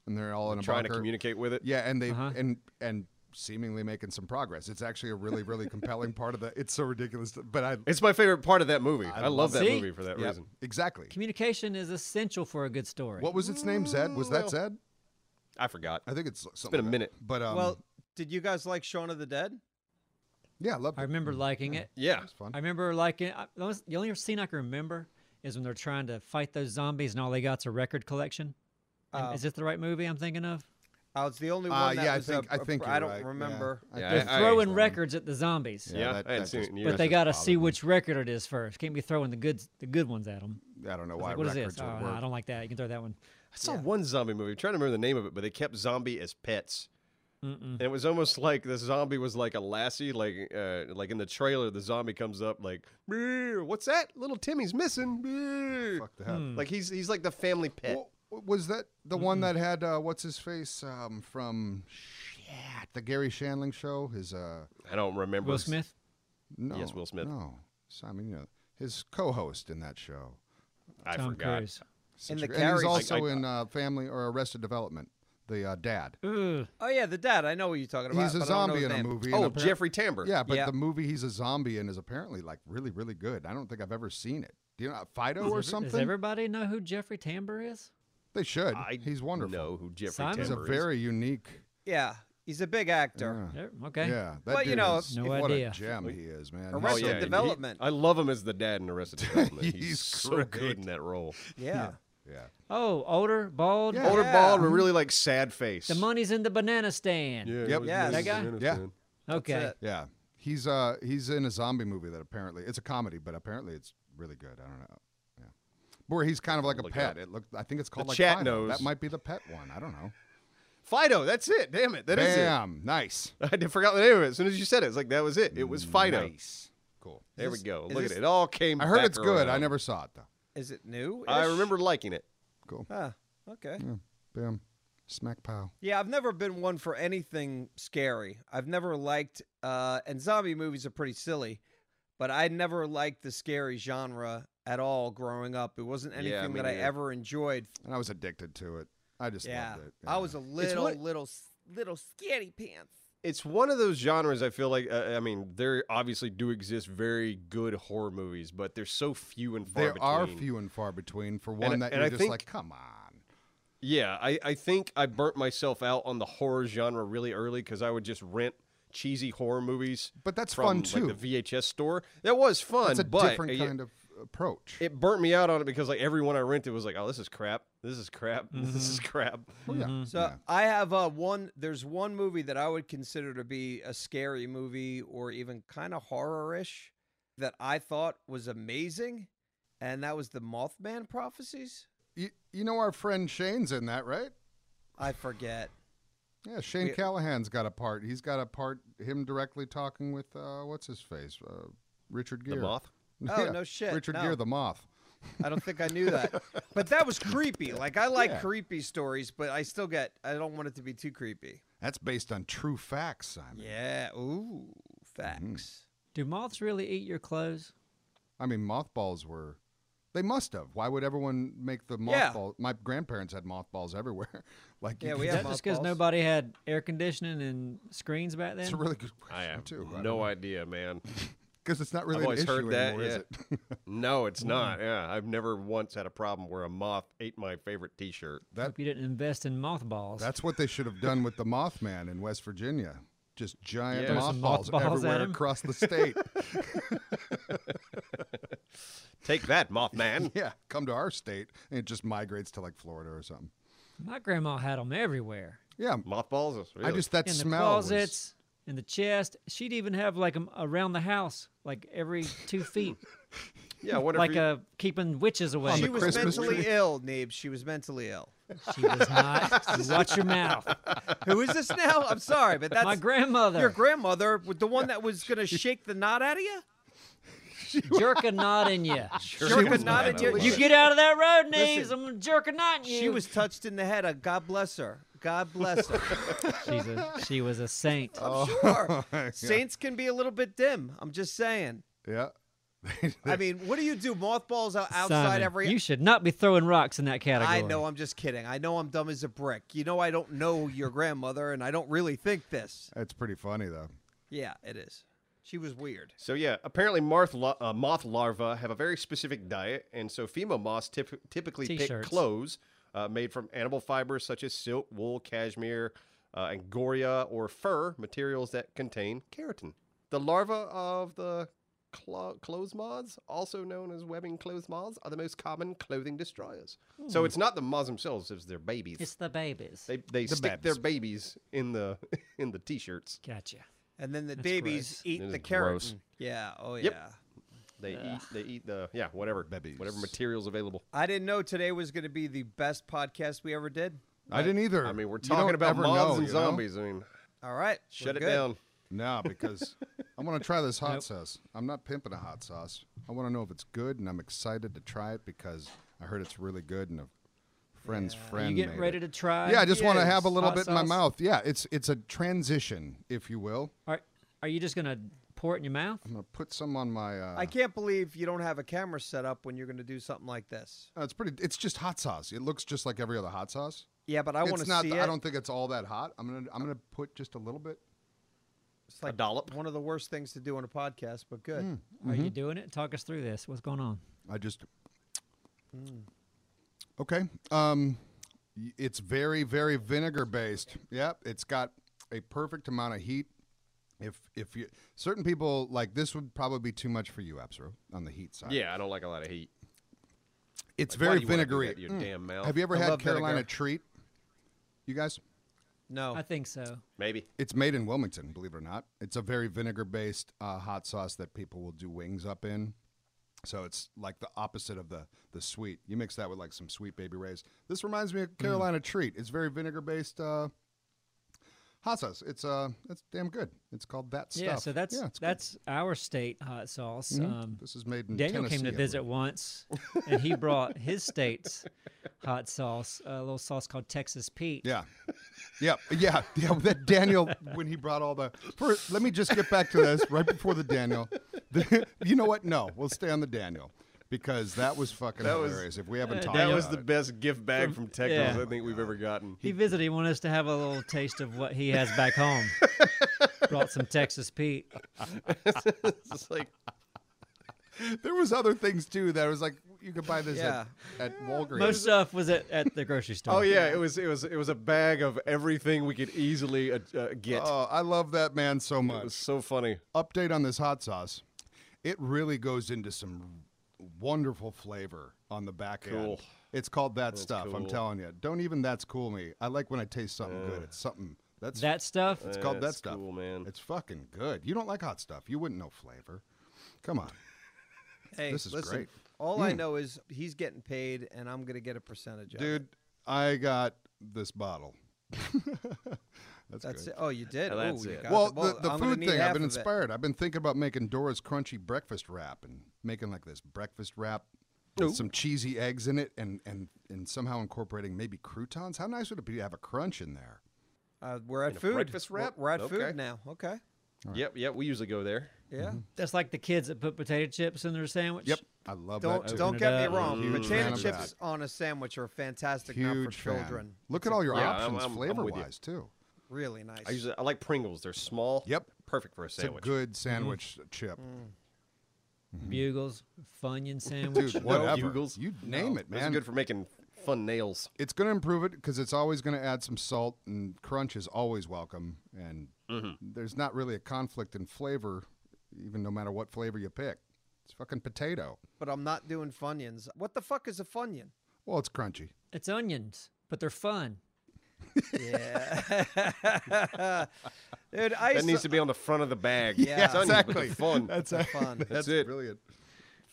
Speaker 4: and they're all in a
Speaker 3: Dead. Trying to
Speaker 4: bunker.
Speaker 3: communicate with it.
Speaker 4: Yeah, and they
Speaker 5: Uh-huh.
Speaker 4: and and seemingly making some progress. It's actually a really really compelling part of the. It's so ridiculous, but I
Speaker 3: It's my favorite part of that movie. I, love
Speaker 5: love
Speaker 3: that
Speaker 5: it.
Speaker 3: movie for that
Speaker 4: yeah,
Speaker 3: reason.
Speaker 4: exactly.
Speaker 5: Communication is essential for a good story.
Speaker 4: What was its name? Zed? Was that Zed?
Speaker 3: I forgot.
Speaker 4: I think it's something.
Speaker 3: been a
Speaker 4: like that.
Speaker 3: minute.
Speaker 4: but um,
Speaker 2: well, did you guys like Shaun of the Dead?
Speaker 4: yeah, I loved
Speaker 5: I
Speaker 4: it.
Speaker 5: remember liking it.
Speaker 3: Mm-hmm. Yeah.
Speaker 4: It's fun.
Speaker 5: I remember liking I, the only- the only scene I can remember is when they're trying to fight those zombies and all they got's a record collection. Am-
Speaker 2: Oh.
Speaker 5: is this the right movie I'm thinking of?
Speaker 2: Oh, it's the only one.
Speaker 4: Uh,
Speaker 2: that
Speaker 4: yeah, I
Speaker 2: was a-
Speaker 4: think I
Speaker 2: a-
Speaker 4: think
Speaker 2: I
Speaker 4: you're
Speaker 2: don't
Speaker 4: right. Yeah.
Speaker 2: remember.
Speaker 4: I
Speaker 3: Yeah,
Speaker 4: think-
Speaker 5: They're
Speaker 3: I-
Speaker 5: throwing records at the zombies,
Speaker 3: Yeah,
Speaker 4: that-
Speaker 3: I hadn't
Speaker 4: that
Speaker 3: seen it
Speaker 4: just-
Speaker 3: in years.
Speaker 5: but they
Speaker 4: just
Speaker 5: got to see
Speaker 4: bothered me.
Speaker 5: which record it is first. Can't be throwing the good the good ones at them.
Speaker 4: I don't know why
Speaker 5: Like, what is
Speaker 4: records
Speaker 5: this?
Speaker 4: are
Speaker 5: Oh, no, I
Speaker 4: worth-
Speaker 5: don't like that. You can throw that one.
Speaker 3: I saw one zombie movie. I'm trying to remember the name of it, but they kept zombie as pets. And it was almost like the zombie was like a lassie, like uh, like in the trailer, the zombie comes up like, "Meow, "What's that? Little Timmy's missing." Meow."
Speaker 4: Fuck the hell.
Speaker 3: Like he's he's like the family pet.
Speaker 4: Well, was that the one that had uh, what's his face um, from shit, the Gary Shandling show? His uh,
Speaker 3: I don't remember.
Speaker 5: Will
Speaker 3: his-
Speaker 5: Smith.
Speaker 4: no,
Speaker 3: Yes, Will Smith.
Speaker 4: No, Simon, you know his co-host in that show.
Speaker 3: I
Speaker 5: Tom
Speaker 3: forgot.
Speaker 5: Cruise.
Speaker 4: Such
Speaker 2: the
Speaker 4: a- and he's
Speaker 2: Carrie-
Speaker 4: also
Speaker 3: Like, I-
Speaker 4: in uh, Family or Arrested Development. The uh, dad.
Speaker 5: Ugh.
Speaker 2: Oh yeah, the Dead. I know what you're talking about.
Speaker 4: He's a
Speaker 2: but I don't know
Speaker 4: zombie
Speaker 2: his
Speaker 4: in a
Speaker 2: name.
Speaker 4: movie. and
Speaker 3: Oh,
Speaker 4: appar-
Speaker 3: Jeffrey Tambor.
Speaker 4: Yeah, but
Speaker 2: Yeah.
Speaker 4: the movie he's a zombie in is apparently like really, really good. I don't think I've ever seen it. Do you know Fido or
Speaker 5: Does every-
Speaker 4: something?
Speaker 5: Does everybody know who Jeffrey Tambor is?
Speaker 4: They should.
Speaker 3: I
Speaker 4: he's wonderful.
Speaker 3: Know who Jeffrey
Speaker 5: Simon?
Speaker 4: He's a
Speaker 3: Tambor is.
Speaker 4: very unique.
Speaker 2: Yeah, he's a big actor.
Speaker 4: Yeah.
Speaker 5: Yeah, Okay.
Speaker 4: Yeah, that
Speaker 2: Well, you
Speaker 4: dude
Speaker 2: know,
Speaker 4: is-
Speaker 5: No
Speaker 4: what a
Speaker 5: idea.
Speaker 4: gem he is, man.
Speaker 3: Oh,
Speaker 2: Arrested
Speaker 3: yeah, and he-
Speaker 2: Development.
Speaker 3: I love him as the dad in Arrested Development. He's,
Speaker 4: He's
Speaker 3: so
Speaker 4: great.
Speaker 3: good in that role.
Speaker 2: Yeah.
Speaker 4: Yeah.
Speaker 5: Oh, older, bald.
Speaker 4: Yeah.
Speaker 3: Older
Speaker 2: Yeah.
Speaker 3: bald with a really like sad face.
Speaker 5: The money's in the banana stand.
Speaker 3: Yeah,
Speaker 4: Yep.
Speaker 2: Yeah, that
Speaker 5: guy?
Speaker 4: Yeah.
Speaker 5: Okay.
Speaker 2: it.
Speaker 4: Yeah. He's uh he's in a zombie movie that apparently it's a comedy, but apparently it's really good. I don't know. Yeah. Where he's kind of like a
Speaker 3: Look it
Speaker 4: pet.
Speaker 3: up.
Speaker 4: It, looked I think it's called like
Speaker 3: chat
Speaker 4: Fido.
Speaker 3: knows.
Speaker 4: That might be the pet one. I don't know.
Speaker 3: Fido, that's it. Damn it. that is it.
Speaker 4: Bam. Nice.
Speaker 3: I did- forgot the name of it. As soon as you said it, it's like that was it. It was Fido.
Speaker 4: Nice. Cool.
Speaker 3: There we
Speaker 2: this-
Speaker 3: go.
Speaker 2: is
Speaker 3: Look at
Speaker 2: this-
Speaker 3: it. It all came.
Speaker 4: I heard
Speaker 3: back
Speaker 4: it's good. I
Speaker 3: around.
Speaker 4: never saw it though.
Speaker 2: Is it new?
Speaker 3: I remember liking it.
Speaker 4: Cool.
Speaker 2: Ah, okay.
Speaker 4: Bam. Smack pow.
Speaker 2: Yeah, I've never been one for anything scary. I've never liked, uh, and zombie movies are pretty silly, but I never liked the scary genre at all growing up. It wasn't
Speaker 3: me
Speaker 2: anything that I
Speaker 3: neither.
Speaker 2: ever enjoyed.
Speaker 4: And I was addicted to it. I just
Speaker 2: yeah.
Speaker 4: loved it.
Speaker 2: I was a little,
Speaker 3: what-
Speaker 2: little, s- little scary pants.
Speaker 3: It's one of those genres. I feel like. Uh, I mean, there obviously do exist very good horror movies, but they're so few and far
Speaker 4: there
Speaker 3: between.
Speaker 4: are few and far between for one
Speaker 3: I-
Speaker 4: that
Speaker 3: and
Speaker 4: you're
Speaker 3: I
Speaker 4: just
Speaker 3: think-
Speaker 4: like, come on.
Speaker 3: Yeah, I, I think I burnt myself out on the horror genre really early because I would just rent cheesy horror movies.
Speaker 4: But that's
Speaker 3: from,
Speaker 4: fun, too.
Speaker 3: Like the VHS store. That was fun.
Speaker 4: That's a
Speaker 3: but uh,
Speaker 4: different
Speaker 3: it-
Speaker 4: kind of approach.
Speaker 3: It burnt me out on it because like everyone I rented was like, "Oh, this is crap. This is crap. This is crap."
Speaker 4: Oh, yeah.
Speaker 2: So
Speaker 4: Yeah.
Speaker 2: I have uh, one. There's one movie that I would consider to be a scary movie or even kind of horror-ish that I thought was amazing, and that was the Mothman Prophecies.
Speaker 4: You, you know our friend Shane's in that, right?
Speaker 2: I forget.
Speaker 4: Yeah, Shane
Speaker 2: We-
Speaker 4: Callahan's got a part. He's got a part. Him directly talking with uh, what's his face, uh, Richard Gere.
Speaker 3: The moth.
Speaker 2: Oh,
Speaker 4: Yeah,
Speaker 2: no shit,
Speaker 4: Richard
Speaker 2: no.
Speaker 4: Gere, the moth.
Speaker 2: I don't think I knew that. But that was creepy. Like I like
Speaker 4: Yeah.
Speaker 2: creepy stories, but I still get I don't want it to be too creepy.
Speaker 4: That's based on true facts, Simon.
Speaker 2: Yeah. Ooh,
Speaker 4: Mm-hmm.
Speaker 2: facts.
Speaker 5: Do moths really eat your clothes?
Speaker 4: I mean, mothballs were. They must have. Why would everyone make the
Speaker 2: Yeah.
Speaker 4: mothball? My grandparents had mothballs everywhere. like, you
Speaker 2: Yeah,
Speaker 4: could-
Speaker 2: we
Speaker 5: Is
Speaker 2: have
Speaker 5: that just because
Speaker 2: mothballs.
Speaker 5: nobody had air conditioning and screens back then?
Speaker 4: It's a really good
Speaker 3: I
Speaker 4: question
Speaker 3: have
Speaker 4: too.
Speaker 3: no idea, man.
Speaker 4: because it's not really an
Speaker 3: I've always
Speaker 4: issue
Speaker 3: heard that.
Speaker 4: anymore, is
Speaker 3: yeah.
Speaker 4: it?
Speaker 3: no, it's
Speaker 4: Mm.
Speaker 3: not. Yeah, I've never once had a problem where a moth ate my favorite T-shirt.
Speaker 4: that
Speaker 5: Hope you didn't invest in mothballs.
Speaker 4: That's what they should have done with the Mothman in West Virginia. Just giant
Speaker 3: Yeah. Throw
Speaker 5: some
Speaker 4: mothballs,
Speaker 5: mothballs at
Speaker 4: everywhere
Speaker 5: him.
Speaker 4: across the state.
Speaker 3: Take that, Mothman.
Speaker 4: yeah, come to our state, and it just migrates to like Florida or something.
Speaker 5: My grandma had them everywhere.
Speaker 4: Yeah,
Speaker 3: Mothballs. is-
Speaker 4: I
Speaker 3: really?
Speaker 4: just that
Speaker 5: in the
Speaker 4: smell. was-
Speaker 5: closets, in the chest. She'd even have like 'em around the house, like every two feet,
Speaker 3: yeah. I wonder if
Speaker 5: like
Speaker 3: you-
Speaker 5: uh, keeping witches away.
Speaker 4: On
Speaker 2: She
Speaker 4: the
Speaker 2: was
Speaker 4: Christmas
Speaker 2: mentally
Speaker 4: tree.
Speaker 2: ill, Nabe. She was mentally ill.
Speaker 5: She was not. You Watch your mouth.
Speaker 2: Who is this now? I'm sorry, but that's
Speaker 5: My grandmother.
Speaker 2: your grandmother, with the one that was gonna shake the knot out of you.
Speaker 5: jerk a knot in you.
Speaker 2: She was
Speaker 3: not
Speaker 2: not
Speaker 3: in
Speaker 2: a-
Speaker 3: love.
Speaker 5: You get out of that road, Naves.
Speaker 2: Listen,
Speaker 5: I'm gonna jerk a knot in you.
Speaker 2: She was touched in the head. Uh, God bless her. God bless her.
Speaker 5: She's a, she was a saint.
Speaker 2: sure.
Speaker 4: Yeah.
Speaker 2: Saints can be a little bit dim. I'm just saying.
Speaker 4: Yeah.
Speaker 2: I mean, what do you do? Mothballs out outside
Speaker 5: Simon,
Speaker 2: every.
Speaker 5: You should not be throwing rocks in that category.
Speaker 2: I know. I'm just kidding. I know I'm dumb as a brick. You know, I don't know your grandmother, and I don't really think this.
Speaker 4: That's pretty funny though.
Speaker 2: Yeah, it is. She was weird.
Speaker 3: So yeah, apparently moth, la- uh, moth larvae have a very specific diet, and so female moths typ- typically pick
Speaker 5: T-shirts.
Speaker 3: clothes uh, made from animal fibers such as silk, wool, cashmere, uh, angoria, or fur materials that contain keratin. The larvae of the clo- clothes moths, also known as webbing clothes moths, are the most common clothing destroyers. So it's not the moths themselves; it's their babies.
Speaker 5: It's the babies.
Speaker 3: they they
Speaker 4: the
Speaker 3: stick their babies in the in the t-shirts.
Speaker 5: gotcha.
Speaker 2: And then the babies
Speaker 5: gross.
Speaker 2: eat
Speaker 3: That
Speaker 2: the
Speaker 3: is
Speaker 2: carrot.
Speaker 3: gross.
Speaker 2: Yeah. Oh yeah.
Speaker 3: Yep. They eat they eat the yeah whatever
Speaker 4: Babies.
Speaker 3: whatever materials available.
Speaker 2: I didn't know today was going to be the best podcast we ever did.
Speaker 4: I didn't either.
Speaker 3: I mean, we're
Speaker 4: You don't
Speaker 3: talking about
Speaker 4: ever
Speaker 3: moths
Speaker 4: know,
Speaker 3: and
Speaker 4: you know?
Speaker 3: zombies. I mean,
Speaker 2: All right.
Speaker 3: shut
Speaker 2: we're
Speaker 3: it
Speaker 2: good.
Speaker 3: down.
Speaker 4: No, because I want to try this hot
Speaker 5: Nope.
Speaker 4: sauce. I'm not pimping a hot sauce. I want to know if it's good, and I'm excited to try it because I heard it's really good, and a friend's friend.
Speaker 5: you getting
Speaker 4: made
Speaker 5: ready
Speaker 4: it.
Speaker 5: to try?
Speaker 4: Yeah, I just want to
Speaker 2: Yes.
Speaker 4: have a little
Speaker 5: Hot
Speaker 4: bit in my
Speaker 5: sauce?
Speaker 4: mouth. Yeah, it's it's a transition, if you will.
Speaker 5: Are, are you just gonna pour it in your mouth?
Speaker 4: I'm gonna put some on my. Uh,
Speaker 2: I can't believe you don't have a camera set up when you're going to do something like this.
Speaker 4: uh, it's pretty. It's just hot sauce. It looks just like every other hot sauce.
Speaker 2: Yeah, but I want to
Speaker 4: it's not.
Speaker 2: see it.
Speaker 4: I don't think it's all that hot. I'm gonna. I'm gonna put just a little bit.
Speaker 2: It's like
Speaker 3: dollop.
Speaker 2: One of the worst things to do on a podcast, but good.
Speaker 4: Mm-hmm.
Speaker 5: Are you doing it? Talk us through this. What's going on?
Speaker 4: I just.
Speaker 2: Mm.
Speaker 4: Okay. Um, y- it's very, very vinegar based. Yep. It's got a perfect amount of heat. If if you certain people like this would probably be too much for you, Absro, on the heat side.
Speaker 3: Yeah, I don't like a lot of heat.
Speaker 4: It's
Speaker 3: Like, why
Speaker 4: very
Speaker 3: do you wanna do
Speaker 4: vinegary. Mm.
Speaker 3: that to Your damn mouth.
Speaker 4: Have you ever
Speaker 2: I
Speaker 4: had
Speaker 2: love vinegar.
Speaker 4: Carolina treat? You guys, Oh.
Speaker 2: No.
Speaker 5: I think so.
Speaker 3: Maybe.
Speaker 4: it's made in Wilmington, believe it or not. It's a very vinegar based uh, hot sauce that people will do wings up in. So it's like the opposite of the the sweet. You mix that with like some sweet baby rays. This reminds me of
Speaker 5: Mm.
Speaker 4: Carolina treat. It's very vinegar based uh, hot sauce. It's uh, it's damn good. It's called that stuff.
Speaker 5: Yeah, so that's
Speaker 4: Yeah, it's good. Mm-hmm.
Speaker 5: that's our state hot sauce. Um,
Speaker 4: This is made in
Speaker 5: Daniel
Speaker 4: Tennessee.
Speaker 5: came to
Speaker 4: I
Speaker 5: visit
Speaker 4: believe.
Speaker 5: once, and he brought his state's hot sauce, a little sauce called Texas Pete.
Speaker 4: Yeah. Yeah, yeah, yeah. That Daniel, when he brought all the. First, let me just get back to this right before the Daniel. The- you know what? No, we'll stay on the Daniel because that was fucking
Speaker 3: That was-
Speaker 4: hilarious. if we haven't talked
Speaker 3: That
Speaker 4: about
Speaker 3: was the
Speaker 4: it.
Speaker 3: best gift bag from Texas
Speaker 5: yeah.
Speaker 3: I think we've ever gotten.
Speaker 5: He visited. He wanted us to have a little taste of what he has back home. Brought some Texas Pete.
Speaker 3: It's like
Speaker 4: There was other things too that was like you could buy this at, at Walgreens.
Speaker 5: Most stuff was at, at the grocery store.
Speaker 3: Oh yeah, it was it was it was a bag of everything we could easily uh, uh, get.
Speaker 4: oh, I love that man so
Speaker 3: it was
Speaker 4: much.
Speaker 3: so funny.
Speaker 4: Update on this hot sauce. It really goes into some wonderful flavor on the back end.
Speaker 3: Cool.
Speaker 4: It's called that stuff. I'm
Speaker 3: cool.
Speaker 4: telling you. Don't even that's cool me. I like when I taste something good. It's something that's
Speaker 5: That stuff.
Speaker 4: It's called that
Speaker 3: That's
Speaker 4: stuff.
Speaker 3: cool, man.
Speaker 4: It's fucking good. You don't like hot stuff. You wouldn't know flavor. Come on.
Speaker 2: hey,
Speaker 4: this is
Speaker 2: listen,
Speaker 4: great.
Speaker 2: All I know is he's getting paid, and I'm going to get a percentage of it.
Speaker 4: Dude, I got this bottle. that's,
Speaker 2: That's
Speaker 4: good.
Speaker 2: it. Oh, you did.
Speaker 3: Now that's
Speaker 2: Ooh, you
Speaker 3: it.
Speaker 2: got
Speaker 4: Well,
Speaker 2: the, ball.
Speaker 4: the, the
Speaker 2: I'm gonna
Speaker 4: food
Speaker 2: need
Speaker 4: thing, I've
Speaker 2: half
Speaker 4: been
Speaker 2: of it.
Speaker 4: inspired. I've been thinking about making Dora's crunchy breakfast wrap and making like this breakfast wrap with some cheesy eggs in it and, and, and somehow incorporating maybe croutons. How nice would it be to have a crunch in there?
Speaker 2: Uh, we're at
Speaker 3: a
Speaker 2: food.
Speaker 3: breakfast
Speaker 2: We're-
Speaker 3: wrap?
Speaker 2: We're at
Speaker 3: Okay.
Speaker 2: food now. Okay.
Speaker 3: Yep, yep. We usually go there.
Speaker 2: Yeah.
Speaker 4: Mm-hmm.
Speaker 5: That's like the kids that put potato chips in their sandwich.
Speaker 4: Yep. I love
Speaker 2: Don't
Speaker 4: that. Too.
Speaker 2: don't
Speaker 5: it
Speaker 2: get
Speaker 5: up.
Speaker 2: me wrong.
Speaker 4: Huge fan
Speaker 2: Potato
Speaker 4: of
Speaker 2: chips
Speaker 4: that.
Speaker 2: on a sandwich are fantastic not for
Speaker 4: Huge fan.
Speaker 2: children.
Speaker 4: Look at all your
Speaker 3: Yeah, I'm-
Speaker 4: options
Speaker 3: I'm- I'm with you.
Speaker 4: flavor wise, too.
Speaker 2: Really nice.
Speaker 3: I usually I like Pringles. They're small.
Speaker 4: Yep.
Speaker 3: Perfect for a
Speaker 4: It's a
Speaker 3: sandwich.
Speaker 2: Mm-hmm.
Speaker 4: good sandwich chip.
Speaker 5: Bugles, Funyun sandwich.
Speaker 4: Dude, whatever.
Speaker 3: Bugles?
Speaker 4: You name it,
Speaker 3: Those are
Speaker 4: man.
Speaker 3: good for making fun nails.
Speaker 4: it's going to improve it because it's always going to add some salt, and crunch is always welcome. And
Speaker 3: Mm-hmm.
Speaker 4: there's not really a conflict in flavor, even no matter what flavor you pick. It's fucking potato.
Speaker 2: but I'm not doing funyuns. What the fuck is a funyun?
Speaker 4: Well, it's crunchy.
Speaker 5: It's onions, but they're fun.
Speaker 2: Yeah. Dude, I
Speaker 3: That
Speaker 2: used
Speaker 3: needs
Speaker 2: to,
Speaker 3: to be on the front of the bag.
Speaker 2: Yeah.
Speaker 3: It's onions, but they're
Speaker 4: Exactly.
Speaker 3: Fun.
Speaker 4: That's
Speaker 2: fun.
Speaker 3: That's it.
Speaker 4: Brilliant.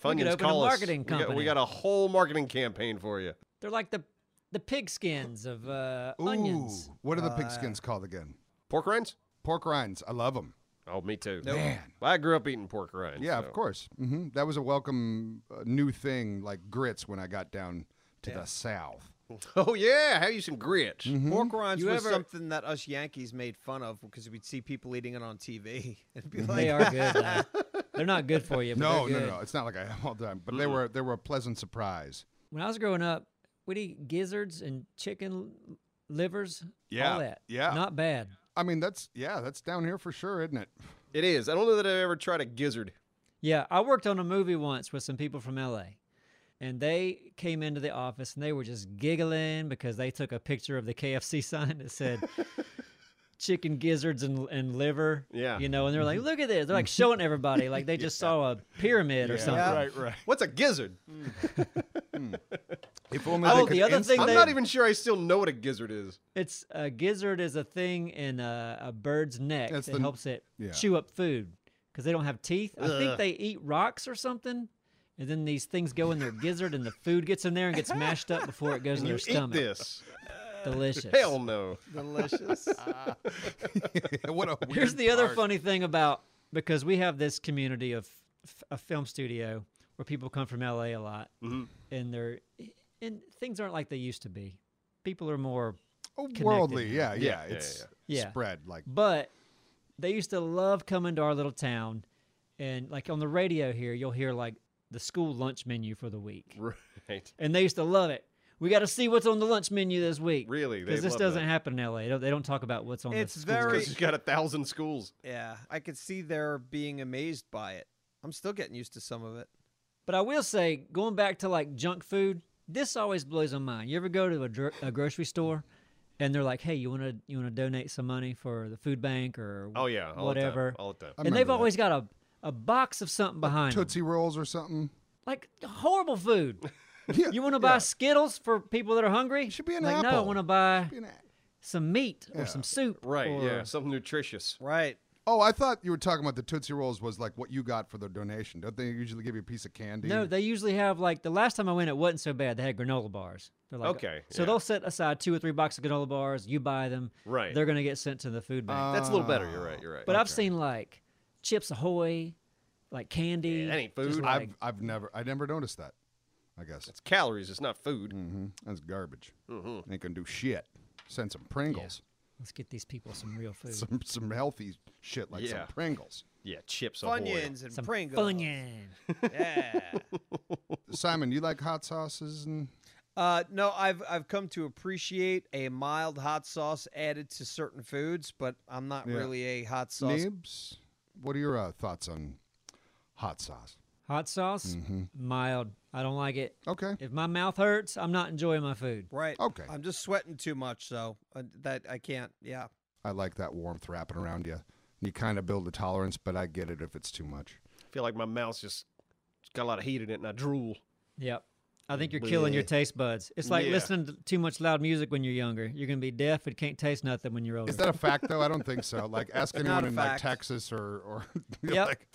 Speaker 3: Funyuns
Speaker 5: open a
Speaker 3: call us.
Speaker 5: marketing
Speaker 3: We got- We
Speaker 5: company.
Speaker 3: got a whole marketing campaign for you.
Speaker 5: They're like the the pig skins of uh,
Speaker 4: Ooh,
Speaker 5: onions.
Speaker 3: Uh,
Speaker 4: what are the pig skins called again?
Speaker 3: Pork rinds.
Speaker 4: Pork rinds. I love them.
Speaker 3: Oh, me too.
Speaker 4: Man.
Speaker 3: Well, I grew up eating pork rinds.
Speaker 4: Yeah,
Speaker 3: so.
Speaker 4: of course. hmm That was a welcome uh, new thing, like grits, when I got down to the South.
Speaker 3: Oh yeah, have you some grit?
Speaker 4: Mm-hmm.
Speaker 2: Pork rinds
Speaker 5: You
Speaker 2: was
Speaker 5: ever-
Speaker 2: something that us Yankees made fun of because we'd see people eating it on TV and be like,
Speaker 5: They are good. though. They're not good for you. But
Speaker 4: No,
Speaker 5: they're
Speaker 4: no,
Speaker 5: good.
Speaker 4: no. It's not like I am all the time, but they were they were a pleasant surprise.
Speaker 5: When I was growing up, we'd eat gizzards and chicken l- livers.
Speaker 4: Yeah,
Speaker 5: All that.
Speaker 4: yeah.
Speaker 5: Not bad.
Speaker 4: I mean, that's yeah, that's down here for sure, isn't it?
Speaker 3: It is. I don't know that I've ever tried a gizzard.
Speaker 5: Yeah. I worked on a movie once with some people from LA. And they came into the office and they were just giggling because they took a picture of the KFC sign that said chicken gizzards and, and liver.
Speaker 3: Yeah.
Speaker 5: You know, and they're like, look at this. They're like showing everybody like they just saw a pyramid or something.
Speaker 4: Right, right.
Speaker 3: What's a gizzard?
Speaker 4: If only
Speaker 5: Oh,
Speaker 4: they could
Speaker 5: the other thing
Speaker 4: inst-
Speaker 3: I'm
Speaker 5: they-
Speaker 3: not even sure I still know what a gizzard is.
Speaker 5: It's a gizzard is a thing in a, a bird's neck
Speaker 4: That's
Speaker 5: that
Speaker 4: the-
Speaker 5: helps it
Speaker 4: yeah.
Speaker 5: chew up food because they don't have teeth. I think
Speaker 3: Ugh.
Speaker 5: they eat rocks or something, and then these things go in their gizzard, and the food gets in there and gets mashed up before it goes in
Speaker 3: You
Speaker 5: their
Speaker 3: eat
Speaker 5: stomach.
Speaker 3: this?
Speaker 5: Delicious.
Speaker 3: Hell no.
Speaker 2: delicious.
Speaker 4: what a weird
Speaker 5: Here's the other
Speaker 4: part.
Speaker 5: funny thing about because we have this community of f- a film studio where people come from LA a lot,
Speaker 4: Mm-hmm.
Speaker 5: and they're and things aren't like they used to be. People are more
Speaker 4: Oh, worldly.
Speaker 5: connected.
Speaker 4: Yeah,
Speaker 3: Yeah,
Speaker 4: yeah.
Speaker 3: yeah,
Speaker 4: it's
Speaker 5: yeah.
Speaker 4: spread like
Speaker 5: But they used to love coming to our little town, and like on the radio here, you'll hear like the school lunch menu for the week,
Speaker 3: Right.
Speaker 5: and they used to love it. We got to see what's on the lunch menu this week.
Speaker 3: Really? They
Speaker 5: Because this
Speaker 3: love
Speaker 5: doesn't
Speaker 3: that.
Speaker 5: happen in LA. They don't, they don't talk about what's on.
Speaker 2: It's
Speaker 5: the school
Speaker 2: very-
Speaker 5: lunch.
Speaker 3: Because you've got a thousand schools.
Speaker 2: yeah, I could see their being amazed by it. I'm still getting used to some of it.
Speaker 5: But I will say, going back to like junk food, this always blows my mind. You ever go to a, dr- a grocery store, and they're like, "Hey, you want to you want to donate some money for the food bank or
Speaker 3: Oh yeah. All The
Speaker 5: whatever?"
Speaker 3: time. All the time.
Speaker 4: I
Speaker 5: and
Speaker 4: remember
Speaker 5: they've
Speaker 4: that.
Speaker 5: always got a a box of something behind. them.
Speaker 4: Tootsie Rolls or something.
Speaker 5: like horrible food.
Speaker 4: Yeah,
Speaker 5: You want to buy Skittles for people that are hungry?
Speaker 4: Should be an
Speaker 5: like, No, I
Speaker 4: apple.
Speaker 5: want to buy
Speaker 4: You know.
Speaker 5: some meat or some soup.
Speaker 3: Right.
Speaker 5: or-
Speaker 3: Yeah. Something nutritious.
Speaker 2: Right.
Speaker 4: Oh, I thought you were talking about the Tootsie Rolls was like what you got for the donation. Don't they usually give you a piece of candy?
Speaker 5: No, they usually have like the last time I went, it wasn't so bad. They had granola bars. They're like,
Speaker 3: Okay,
Speaker 5: So
Speaker 3: yeah.
Speaker 5: they'll set aside two or three boxes of granola bars. You buy them.
Speaker 3: Right.
Speaker 5: They're gonna get sent to the food bank.
Speaker 3: That's a little better. You're right. You're
Speaker 4: Uh,
Speaker 3: right.
Speaker 5: but I've seen like Chips Ahoy, like candy.
Speaker 3: Yeah, that ain't
Speaker 5: just,
Speaker 3: food.
Speaker 5: like-
Speaker 4: I've I've never I never noticed that. I guess
Speaker 3: it's calories. It's not food.
Speaker 4: hmm that's garbage. Ain't gonna do shit. Send some Pringles,
Speaker 5: let's get these people some real food.
Speaker 4: some some healthy shit like
Speaker 3: Yeah.
Speaker 4: some Pringles.
Speaker 3: Yeah. Chips.
Speaker 4: Oh,
Speaker 3: Ahoy.
Speaker 2: Funyuns and
Speaker 5: some
Speaker 2: Pringles.
Speaker 5: Funyun.
Speaker 2: Yeah.
Speaker 4: Simon, you like hot sauces and
Speaker 2: uh, no, I've I've come to appreciate a mild hot sauce added to certain foods, but I'm not
Speaker 4: Yeah.
Speaker 2: really a hot sauce.
Speaker 4: nibs? What are your uh, thoughts on hot sauce?
Speaker 5: Hot sauce,
Speaker 4: Mm-hmm.
Speaker 5: mild. I don't like it.
Speaker 4: Okay,
Speaker 5: If my mouth hurts, I'm not enjoying my food.
Speaker 2: Right.
Speaker 4: Okay.
Speaker 2: I'm just sweating too much, so uh, that I can't. Yeah.
Speaker 4: I like that warmth wrapping around you. You kind of build a tolerance, but I get it if it's too much.
Speaker 3: I feel like my mouth's just it's got a lot of heat in it, and I drool.
Speaker 5: Yep. I think you're killing your taste buds. It's like
Speaker 3: Yeah.
Speaker 5: listening to too much loud music when you're younger. You're going to be deaf and can't taste nothing when you're older.
Speaker 4: Is that a fact though? I don't think so. Like ask
Speaker 2: Not
Speaker 4: anyone
Speaker 2: a
Speaker 4: in like
Speaker 2: fact.
Speaker 4: Texas or or you know,
Speaker 5: Yep.
Speaker 4: like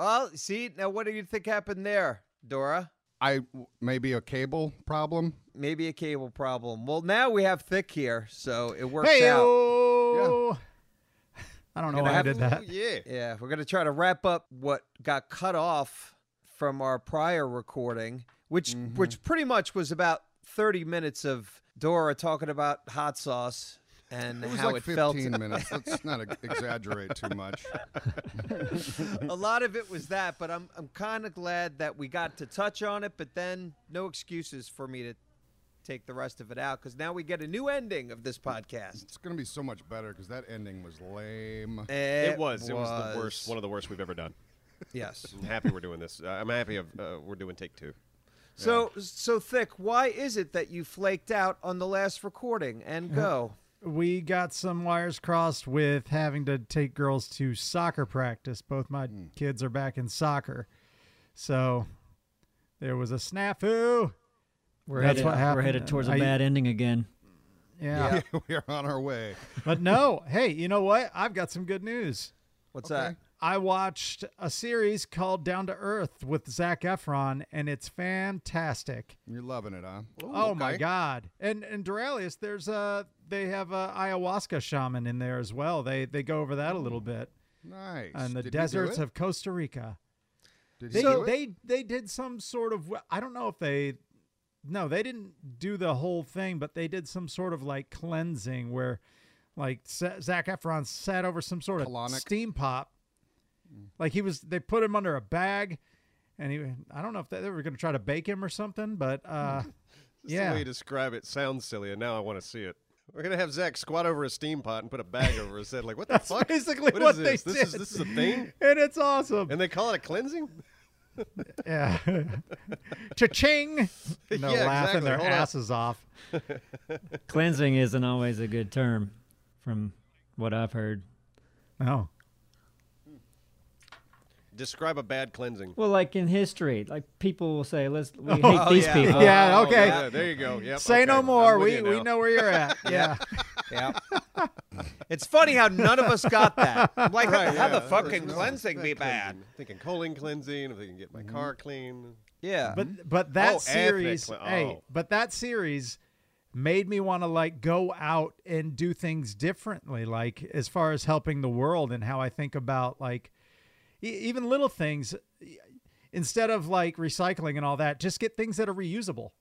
Speaker 2: Oh, see now, what do you think happened there, Dora?
Speaker 4: I maybe a cable problem.
Speaker 2: Maybe a cable problem. Well, now we have thick here, so it works out.
Speaker 1: Hey-o! I don't know why I did that.
Speaker 3: Ooh, yeah.
Speaker 2: Oh, Yeah, we're gonna try to wrap up what got cut off from our prior recording, which
Speaker 4: Mm-hmm.
Speaker 2: which pretty much was about thirty minutes of Dora talking about hot sauce and
Speaker 4: It was
Speaker 2: how
Speaker 4: like
Speaker 2: it felt.
Speaker 4: 15 minutes. Let's not ex- exaggerate too much.
Speaker 2: a lot of it was that, but I'm I'm kind of glad that we got to touch on it. But then no excuses for me to take the rest of it out because now we get a new ending of this podcast.
Speaker 4: It's gonna be so much better because that ending was lame.
Speaker 3: It, was, It was the worst. One of the worst we've ever done.
Speaker 2: yes.
Speaker 3: I'm happy we're doing this. Uh, I'm happy of, uh, we're doing take two.
Speaker 2: So so thick. Why is it that you flaked out on the last recording and go?
Speaker 1: We got some wires crossed with having to take girls to soccer practice. Both my
Speaker 4: Hmm.
Speaker 1: kids are back in soccer. So there was a snafu.
Speaker 5: we're,
Speaker 1: That's
Speaker 5: headed,
Speaker 1: what happened.
Speaker 5: we're headed towards a
Speaker 1: I-
Speaker 5: bad ending again.
Speaker 1: Yeah.
Speaker 4: we are on our way.
Speaker 1: but no, hey, you know what? I've got some good news.
Speaker 2: What's that?
Speaker 1: I watched a series called Down to Earth with Zach Efron, and it's fantastic.
Speaker 4: You're loving it, huh?
Speaker 1: oh my God! And and Duralius, there's a they have a ayahuasca shaman in there as well. They they go over that a little bit.
Speaker 4: Nice.
Speaker 1: and the
Speaker 4: Mm. Did he do
Speaker 1: deserts
Speaker 4: it?
Speaker 1: of Costa Rica.
Speaker 4: Did he
Speaker 1: They,
Speaker 4: do it?
Speaker 1: they they did some sort of I don't know if they no they didn't do the whole thing but they did some sort of like cleansing where like Sa- Zac Efron sat over some sort of
Speaker 4: Colonic.
Speaker 1: steam pop
Speaker 3: Mm.
Speaker 1: like he was they put him under a bag and he I don't know if they, they were going to try to bake him or something but uh
Speaker 3: Just
Speaker 1: Yeah.
Speaker 3: The way you describe it sounds silly, and now I want to see it. We're gonna have Zach squat over a steam pot and put a bag over his head. Like, what the
Speaker 1: That's
Speaker 3: fuck?
Speaker 1: basically
Speaker 3: what
Speaker 1: what
Speaker 3: is
Speaker 1: they
Speaker 3: this? This is
Speaker 1: did.
Speaker 3: this is a thing,
Speaker 1: and it's awesome
Speaker 3: and they call it a cleansing.
Speaker 1: yeah cha-ching and they're
Speaker 3: Yeah,
Speaker 1: laughing
Speaker 3: exactly.
Speaker 1: their
Speaker 3: Hold up.
Speaker 1: asses off
Speaker 5: Cleansing isn't always a good term, from what I've heard.
Speaker 1: no
Speaker 3: Describe a bad cleansing.
Speaker 5: Well, like in history, like people will say, "Let's we hate these
Speaker 2: yeah.
Speaker 5: people."
Speaker 1: Yeah,
Speaker 3: Oh,
Speaker 1: okay.
Speaker 3: there you go. Yep,
Speaker 1: say
Speaker 3: okay.
Speaker 1: no
Speaker 3: I'm
Speaker 1: more
Speaker 3: with
Speaker 1: we
Speaker 3: you
Speaker 1: we
Speaker 3: now.
Speaker 1: know where you're at yeah.
Speaker 2: Yeah. it's funny how none of us got that. I'm like, how, the- how the
Speaker 3: yeah,
Speaker 2: fuck
Speaker 3: that's
Speaker 2: can
Speaker 3: right.
Speaker 2: cleansing be
Speaker 3: Cleansing.
Speaker 2: bad?
Speaker 3: I'm thinking colon cleansing. If they can get
Speaker 1: Mm-hmm.
Speaker 3: my car clean.
Speaker 2: Yeah.
Speaker 1: But but that
Speaker 3: Oh, ethnic
Speaker 1: series,
Speaker 3: cl-
Speaker 1: hey,
Speaker 3: oh.
Speaker 1: but that series made me want to like go out and do things differently, like as far as helping the world and how I think about like e- even little things. e- Instead of like recycling and all that, just get things that are reusable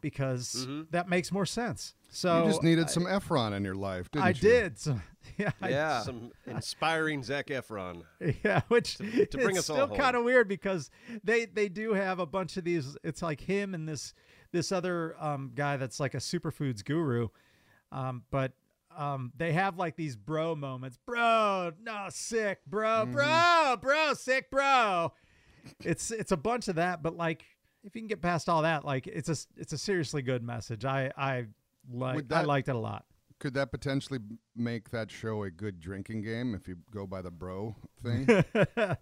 Speaker 1: because
Speaker 3: Mm-hmm.
Speaker 1: that makes more sense. So
Speaker 4: you just needed some Efron in your life, didn't
Speaker 1: I
Speaker 4: you?
Speaker 1: did. So, yeah, I-
Speaker 2: yeah.
Speaker 3: Some inspiring Zach Efron.
Speaker 1: yeah, which
Speaker 3: to bring
Speaker 1: it's
Speaker 3: us all
Speaker 1: still
Speaker 3: home.
Speaker 1: kind of weird because they they do have a bunch of these. It's like him and this this other um, guy that's like a superfoods guru, um, but um, they have like these bro moments. Bro, no sick, bro,
Speaker 3: Mm-hmm.
Speaker 1: bro, bro, sick, bro. It's it's a bunch of that, but like if you can get past all that, like it's a it's a seriously good message. I I like
Speaker 4: Would
Speaker 1: I
Speaker 4: that-
Speaker 1: liked it a lot.
Speaker 4: Could that potentially b- make that show a good drinking game if you go by the bro thing?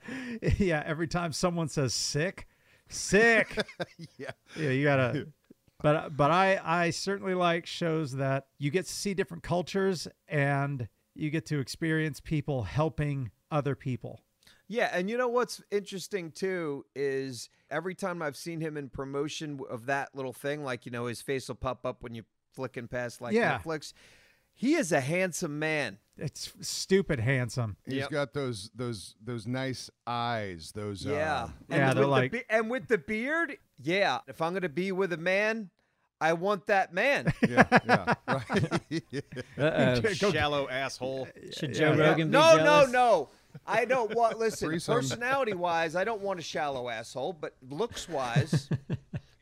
Speaker 1: yeah, every time someone says sick, sick.
Speaker 4: yeah.
Speaker 1: yeah, you gotta. But but I I certainly like shows that you get to see different cultures and you get to experience people helping other people.
Speaker 2: Yeah, and you know what's interesting too is every time I've seen him in promotion of that little thing, like you know his face will pop up when you flicking past like
Speaker 1: Yeah.
Speaker 2: Netflix. He is a handsome man.
Speaker 1: It's stupid handsome.
Speaker 4: he's
Speaker 3: Yep.
Speaker 4: got those those those nice eyes. Those
Speaker 2: Yeah,
Speaker 4: Uh,
Speaker 2: and
Speaker 1: Yeah, they're
Speaker 2: with
Speaker 1: like-
Speaker 2: the be- and with the beard. Yeah, if I'm gonna be with a man, I want that man.
Speaker 4: yeah, yeah, right.
Speaker 5: Uh-oh.
Speaker 3: Shallow asshole.
Speaker 5: Should Joe
Speaker 2: Yeah.
Speaker 5: Rogan be
Speaker 2: no, no,
Speaker 5: jealous?
Speaker 2: no. I don't want. Listen,
Speaker 4: Threesome.
Speaker 2: personality wise, I don't want a shallow asshole, but looks wise,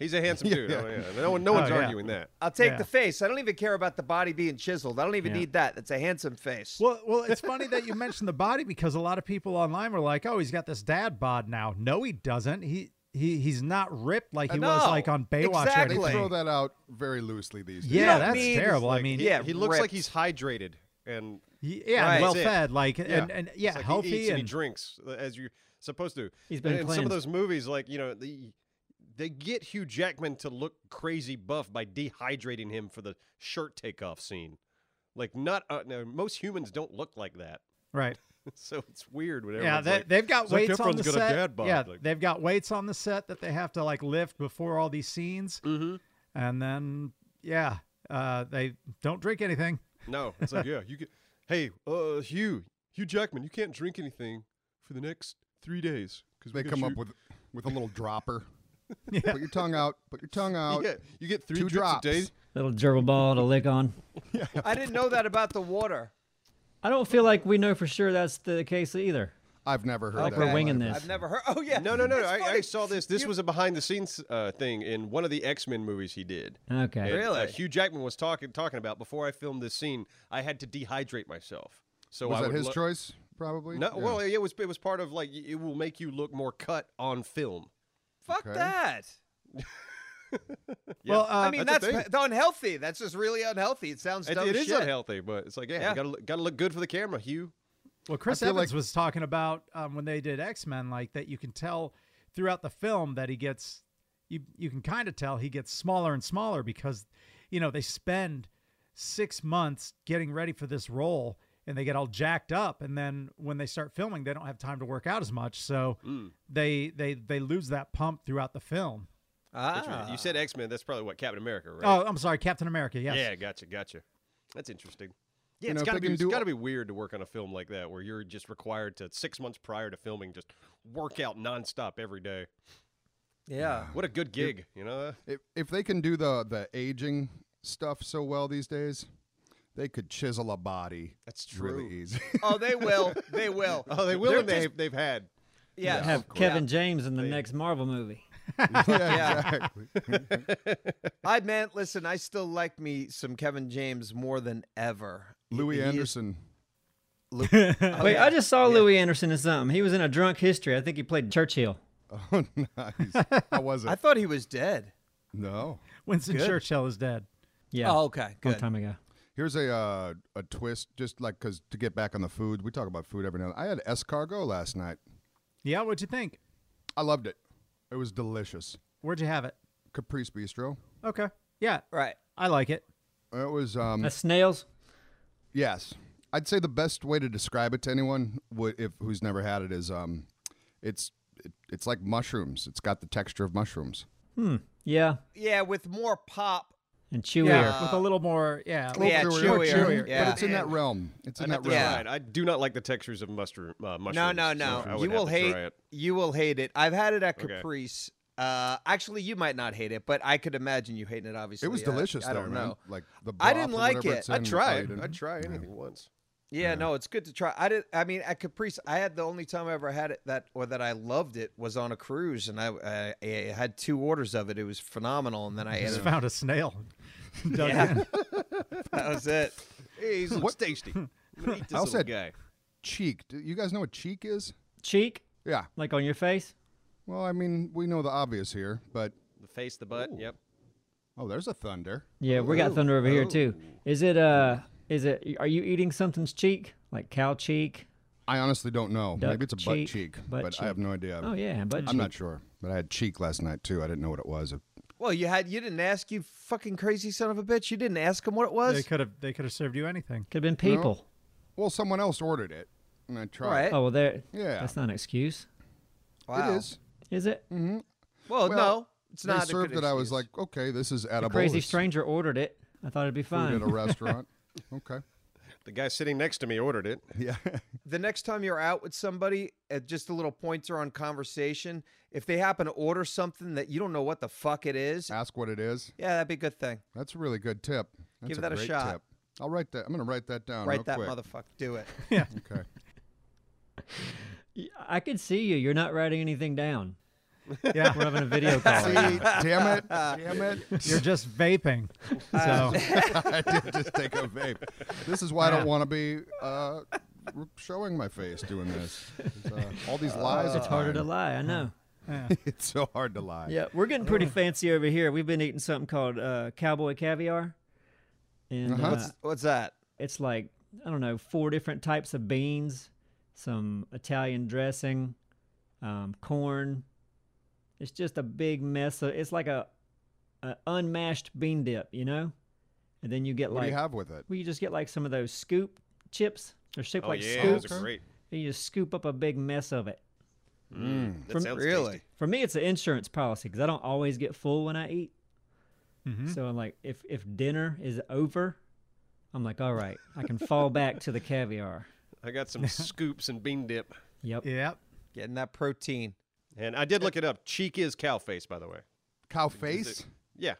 Speaker 3: He's a handsome dude. Oh, yeah. No, one- no one's
Speaker 1: yeah.
Speaker 3: arguing that.
Speaker 2: I'll take
Speaker 1: Yeah.
Speaker 2: the face. I don't even care about the body being chiseled. I don't even need that. That's a handsome face.
Speaker 1: Well, well, it's funny that you mentioned the body because a lot of people online were like, "Oh, he's got this dad bod now." No, he doesn't. He he he's not ripped like he was
Speaker 2: No,
Speaker 1: like on Baywatch.
Speaker 4: They
Speaker 2: exactly.
Speaker 1: Or anything.
Speaker 4: throw that out very loosely these days.
Speaker 1: Yeah,
Speaker 2: don't
Speaker 1: that's
Speaker 2: need-
Speaker 1: terrible. I
Speaker 3: Like,
Speaker 1: mean,
Speaker 3: he,
Speaker 2: yeah,
Speaker 3: he looks like
Speaker 2: ripped.
Speaker 3: he's hydrated and
Speaker 1: y- yeah,
Speaker 2: Right.
Speaker 1: well
Speaker 3: That's it.
Speaker 1: fed, like
Speaker 4: Yeah.
Speaker 1: and and yeah,
Speaker 3: It's like
Speaker 1: healthy
Speaker 3: he eats and,
Speaker 1: and,
Speaker 3: he drinks uh, as you're supposed to.
Speaker 5: He's been
Speaker 3: and in some of
Speaker 5: cleansed.
Speaker 3: those movies, like you know, the, they get Hugh Jackman to look crazy buff by dehydrating him for the shirt takeoff scene. Like not uh, no, most humans don't look like that,
Speaker 1: right.
Speaker 3: so it's weird. When
Speaker 1: Yeah,
Speaker 3: everyone's
Speaker 1: they,
Speaker 3: like,
Speaker 1: they've got
Speaker 3: Zac
Speaker 1: weights on
Speaker 3: Efron's
Speaker 1: the
Speaker 3: got a
Speaker 1: set.
Speaker 3: dad bod,
Speaker 1: Yeah,
Speaker 3: like-
Speaker 1: they've got weights on the set that they have to like lift before all these scenes,
Speaker 3: Mhm.
Speaker 1: and then yeah, uh, they don't drink anything.
Speaker 3: No, it's like yeah, you can. Hey, uh, Hugh, Hugh Jackman, you can't drink anything for the next three days because
Speaker 4: They come up with with a little dropper. Put your tongue out. Put your tongue out.
Speaker 3: yeah, you get three
Speaker 4: two
Speaker 3: drips
Speaker 4: drops.
Speaker 3: a day.
Speaker 5: Little gerbil ball to lick on.
Speaker 2: I didn't know that about the water.
Speaker 5: I don't feel like we know for sure that's the case either.
Speaker 4: I've never heard
Speaker 5: Like
Speaker 4: that.
Speaker 5: we're
Speaker 4: in my
Speaker 5: winging
Speaker 4: life.
Speaker 5: this.
Speaker 2: I've never heard. Oh yeah.
Speaker 3: No, no, no.
Speaker 2: It's
Speaker 3: I, I
Speaker 2: funny.
Speaker 3: saw this. This
Speaker 2: You-
Speaker 3: was a behind the scenes uh, thing in one of the X Men movies he did.
Speaker 5: Okay.
Speaker 3: And, uh,
Speaker 2: Really?
Speaker 3: Hugh Jackman was talking talking about before I filmed this scene. I had to dehydrate myself. So
Speaker 4: Was
Speaker 3: I
Speaker 4: that
Speaker 3: would
Speaker 4: his
Speaker 3: lo-
Speaker 4: choice? Probably.
Speaker 3: No,
Speaker 4: Yeah.
Speaker 3: well, it was it was part of like y- it will make you look more cut on film.
Speaker 2: Fuck
Speaker 4: Okay.
Speaker 2: that.
Speaker 3: Yeah.
Speaker 1: Well, uh,
Speaker 2: I mean,
Speaker 3: that's
Speaker 2: that's,
Speaker 3: a
Speaker 2: unhealthy. That's just really unhealthy. It sounds
Speaker 3: It,
Speaker 2: dumb
Speaker 3: it
Speaker 2: shit.
Speaker 3: is unhealthy, but it's like yeah,
Speaker 2: Yeah.
Speaker 3: You gotta look- gotta look good for the camera, Hugh.
Speaker 1: Well, Chris
Speaker 4: feel
Speaker 1: Evans
Speaker 4: like-
Speaker 1: was talking about um, when they did X Men, like that you can tell throughout the film that he gets, you you can kind of tell he gets smaller and smaller because, you know, they spend six months getting ready for this role and they get all jacked up, and then when they start filming, they don't have time to work out as much, so they they they lose that pump throughout the film.
Speaker 3: That's right.
Speaker 2: Ah.
Speaker 3: You said X Men. That's probably what Captain America, right?
Speaker 1: Oh, I'm sorry, Captain America. Yes.
Speaker 3: Yeah, gotcha, gotcha. That's interesting. Yeah,
Speaker 4: You know,
Speaker 3: it's
Speaker 4: if
Speaker 3: gotta
Speaker 4: they
Speaker 3: be
Speaker 4: can
Speaker 3: it's
Speaker 4: do-
Speaker 3: gotta be weird to work on a film like that where you're just required to six months prior to filming just work out nonstop every day.
Speaker 5: Yeah.
Speaker 3: What a good gig, you know?
Speaker 4: If, if they can do the the aging stuff so well these days, they could chisel a body.
Speaker 3: That's
Speaker 4: Really easy.
Speaker 2: Oh, they will. They will.
Speaker 3: Oh, they will
Speaker 2: They're
Speaker 3: and they've,
Speaker 2: just-
Speaker 3: they've had.
Speaker 2: Yes.
Speaker 5: Have Kevin James in the next Marvel movie.
Speaker 2: Yeah.
Speaker 4: exactly.
Speaker 2: I man, listen, I still like me some Kevin James more than ever. He- he
Speaker 4: Louis
Speaker 2: is-
Speaker 4: Anderson.
Speaker 2: oh,
Speaker 5: Wait,
Speaker 2: yeah.
Speaker 5: I just saw Louis Anderson in something. He was in a drunk history. I think he played Churchill.
Speaker 4: Oh, nice. How was
Speaker 2: I
Speaker 4: it?
Speaker 2: thought he was dead.
Speaker 4: No.
Speaker 1: Winston
Speaker 2: Good.
Speaker 1: Churchill is dead.
Speaker 5: Yeah.
Speaker 2: Oh, okay,
Speaker 5: Long
Speaker 2: good.
Speaker 5: time ago.
Speaker 4: Here's a uh, a twist, just like because to get back on the food, we talk about food every now. and then. I had escargot last night.
Speaker 1: Yeah, what'd you think?
Speaker 4: I loved it. It was delicious.
Speaker 1: Where'd you have it?
Speaker 4: Caprice Bistro.
Speaker 1: Okay. Yeah,
Speaker 2: Right.
Speaker 1: I like it.
Speaker 4: It was um
Speaker 5: That's snails.
Speaker 4: yes. I'd say the best way to describe it to anyone would if who's never had it is um it's it, it's like mushrooms. It's got the texture of mushrooms.
Speaker 5: Yeah.
Speaker 2: Yeah, with more pop.
Speaker 5: And chewier.
Speaker 1: Yeah, with a little more. Yeah. a little-
Speaker 2: yeah,
Speaker 4: Chewier.
Speaker 2: chewier.
Speaker 1: Chewier.
Speaker 2: Yeah.
Speaker 4: But it's in that realm. It's in
Speaker 3: I'd have
Speaker 4: that
Speaker 3: to
Speaker 4: realm.
Speaker 2: Yeah.
Speaker 3: try it. I do not like the textures of mushroom. Uh, mushrooms.
Speaker 2: No, no,
Speaker 3: so
Speaker 2: no.
Speaker 3: I would
Speaker 2: you
Speaker 3: have
Speaker 2: will
Speaker 3: to try
Speaker 2: hate.
Speaker 3: it.
Speaker 2: You will hate it. I've had it at
Speaker 3: Okay.
Speaker 2: Caprice. Uh, actually, you might not hate it, but I could imagine you hating it. Obviously,
Speaker 4: It was
Speaker 2: Uh,
Speaker 4: delicious
Speaker 2: I
Speaker 4: though,
Speaker 2: don't
Speaker 4: man.
Speaker 2: know.
Speaker 4: Like the
Speaker 2: I
Speaker 4: broth
Speaker 2: didn't
Speaker 4: or
Speaker 2: like
Speaker 4: whatever
Speaker 2: it.
Speaker 4: it's
Speaker 3: I'd
Speaker 4: in. Oh,
Speaker 3: try
Speaker 4: you
Speaker 3: it.
Speaker 4: didn't?
Speaker 3: I'd try anything once.
Speaker 2: Yeah, no, it's good to try. I did. I mean, at Caprice, I had the only time I ever had it that or that I loved it was on a cruise, and I, I, I had two orders of it. It was phenomenal, and then I ate
Speaker 1: Just
Speaker 2: it.
Speaker 1: found a snail. Dug in.
Speaker 2: That was it.
Speaker 3: Hey, he's looks tasty. I'm gonna eat this
Speaker 4: I'll
Speaker 3: little
Speaker 4: said-
Speaker 3: guy.
Speaker 4: Cheek. Do you guys know what cheek is?
Speaker 5: Cheek,
Speaker 4: Yeah.
Speaker 5: like on your face.
Speaker 4: Well, I mean, we know the obvious here, but
Speaker 3: The face, the butt. Yep.
Speaker 4: oh, there's a thunder.
Speaker 5: Yeah, we got thunder over here too.
Speaker 4: Oh.
Speaker 5: Is it uh is it are you eating something's cheek? Like cow cheek?
Speaker 4: I honestly don't know.
Speaker 5: Duck
Speaker 4: Maybe it's a butt
Speaker 5: cheek,
Speaker 4: cheek,
Speaker 5: butt
Speaker 4: but I have
Speaker 5: cheek.
Speaker 4: no idea.
Speaker 5: Oh yeah, but
Speaker 4: I'm not sure, but I had cheek last night too. I didn't know what it was.
Speaker 2: Well, you had you didn't ask you fucking crazy son of a bitch. You didn't ask him what it
Speaker 1: They
Speaker 2: was.
Speaker 1: could have. They could have served you anything.
Speaker 5: could have been people.
Speaker 4: Well, someone else ordered it, and I tried.
Speaker 2: Right.
Speaker 5: Oh well there
Speaker 4: Yeah. Mm.
Speaker 5: that's not an excuse.
Speaker 2: Wow.
Speaker 4: It is.
Speaker 5: Is it?
Speaker 2: Well,
Speaker 4: Well,
Speaker 2: no, it's not.
Speaker 4: they served
Speaker 2: a good
Speaker 4: it. I was
Speaker 2: excuse.
Speaker 4: like, okay, this is edible.
Speaker 5: Crazy
Speaker 4: It's
Speaker 5: stranger ordered it. I thought it'd be
Speaker 4: Food
Speaker 5: fine.
Speaker 4: at a restaurant. okay.
Speaker 3: The guy sitting next to me ordered it.
Speaker 4: Yeah.
Speaker 2: the next time you're out with somebody, uh, just a little pointer on conversation. If they happen to order something that you don't know what the fuck it is,
Speaker 4: Ask what it is.
Speaker 2: yeah, that'd be a good thing.
Speaker 4: That's a really good tip. That's
Speaker 2: Give
Speaker 4: a
Speaker 2: that a
Speaker 4: great
Speaker 2: shot.
Speaker 4: Tip. I'll write that. I'm gonna write that down. real
Speaker 2: Write that
Speaker 4: quick.
Speaker 2: motherfucker. Do it.
Speaker 4: Okay.
Speaker 5: Y- I could see you. You're not writing anything down.
Speaker 1: Yeah.
Speaker 5: We're having a video call.
Speaker 4: See, damn it, damn it.
Speaker 1: You're just vaping.
Speaker 5: Uh,
Speaker 1: So
Speaker 4: I did just take a vape. This is why I don't want to be uh, r- showing my face doing this. It's, uh, all these lies.
Speaker 5: It's
Speaker 4: are
Speaker 5: harder to
Speaker 4: fine.
Speaker 5: lie, I know.
Speaker 4: it's so hard to lie.
Speaker 5: Yeah, we're getting
Speaker 4: Oh.
Speaker 5: pretty fancy over here. We've been eating something called uh, cowboy caviar, and
Speaker 4: Uh-huh.
Speaker 5: uh,
Speaker 4: What's-
Speaker 2: What's that?
Speaker 5: it's like I don't know four different types of beans, some Italian dressing, um, corn. It's just a big mess. Of, it's like a, a unmashed bean dip, you know. And then you get
Speaker 4: What
Speaker 5: like
Speaker 4: do you have with it?
Speaker 5: well, you just get like some of those scoop chips. They're shaped
Speaker 3: Oh
Speaker 5: like
Speaker 3: yeah,
Speaker 5: scoops,
Speaker 3: those are great.
Speaker 5: and you just scoop up a big mess of it.
Speaker 3: Mm, That
Speaker 5: From-
Speaker 3: sounds
Speaker 2: Mm. really?
Speaker 3: tasty.
Speaker 5: For me, it's an insurance policy because I don't always get full when I eat. So I'm like, if if dinner is over, I'm like, all right, I can fall back to the caviar.
Speaker 3: I got some scoops and bean dip,
Speaker 5: Yep.
Speaker 1: yep.
Speaker 2: Getting that protein.
Speaker 3: and I did look it up. Cheek is cow face, by the way.
Speaker 4: Cow face?
Speaker 3: Yeah,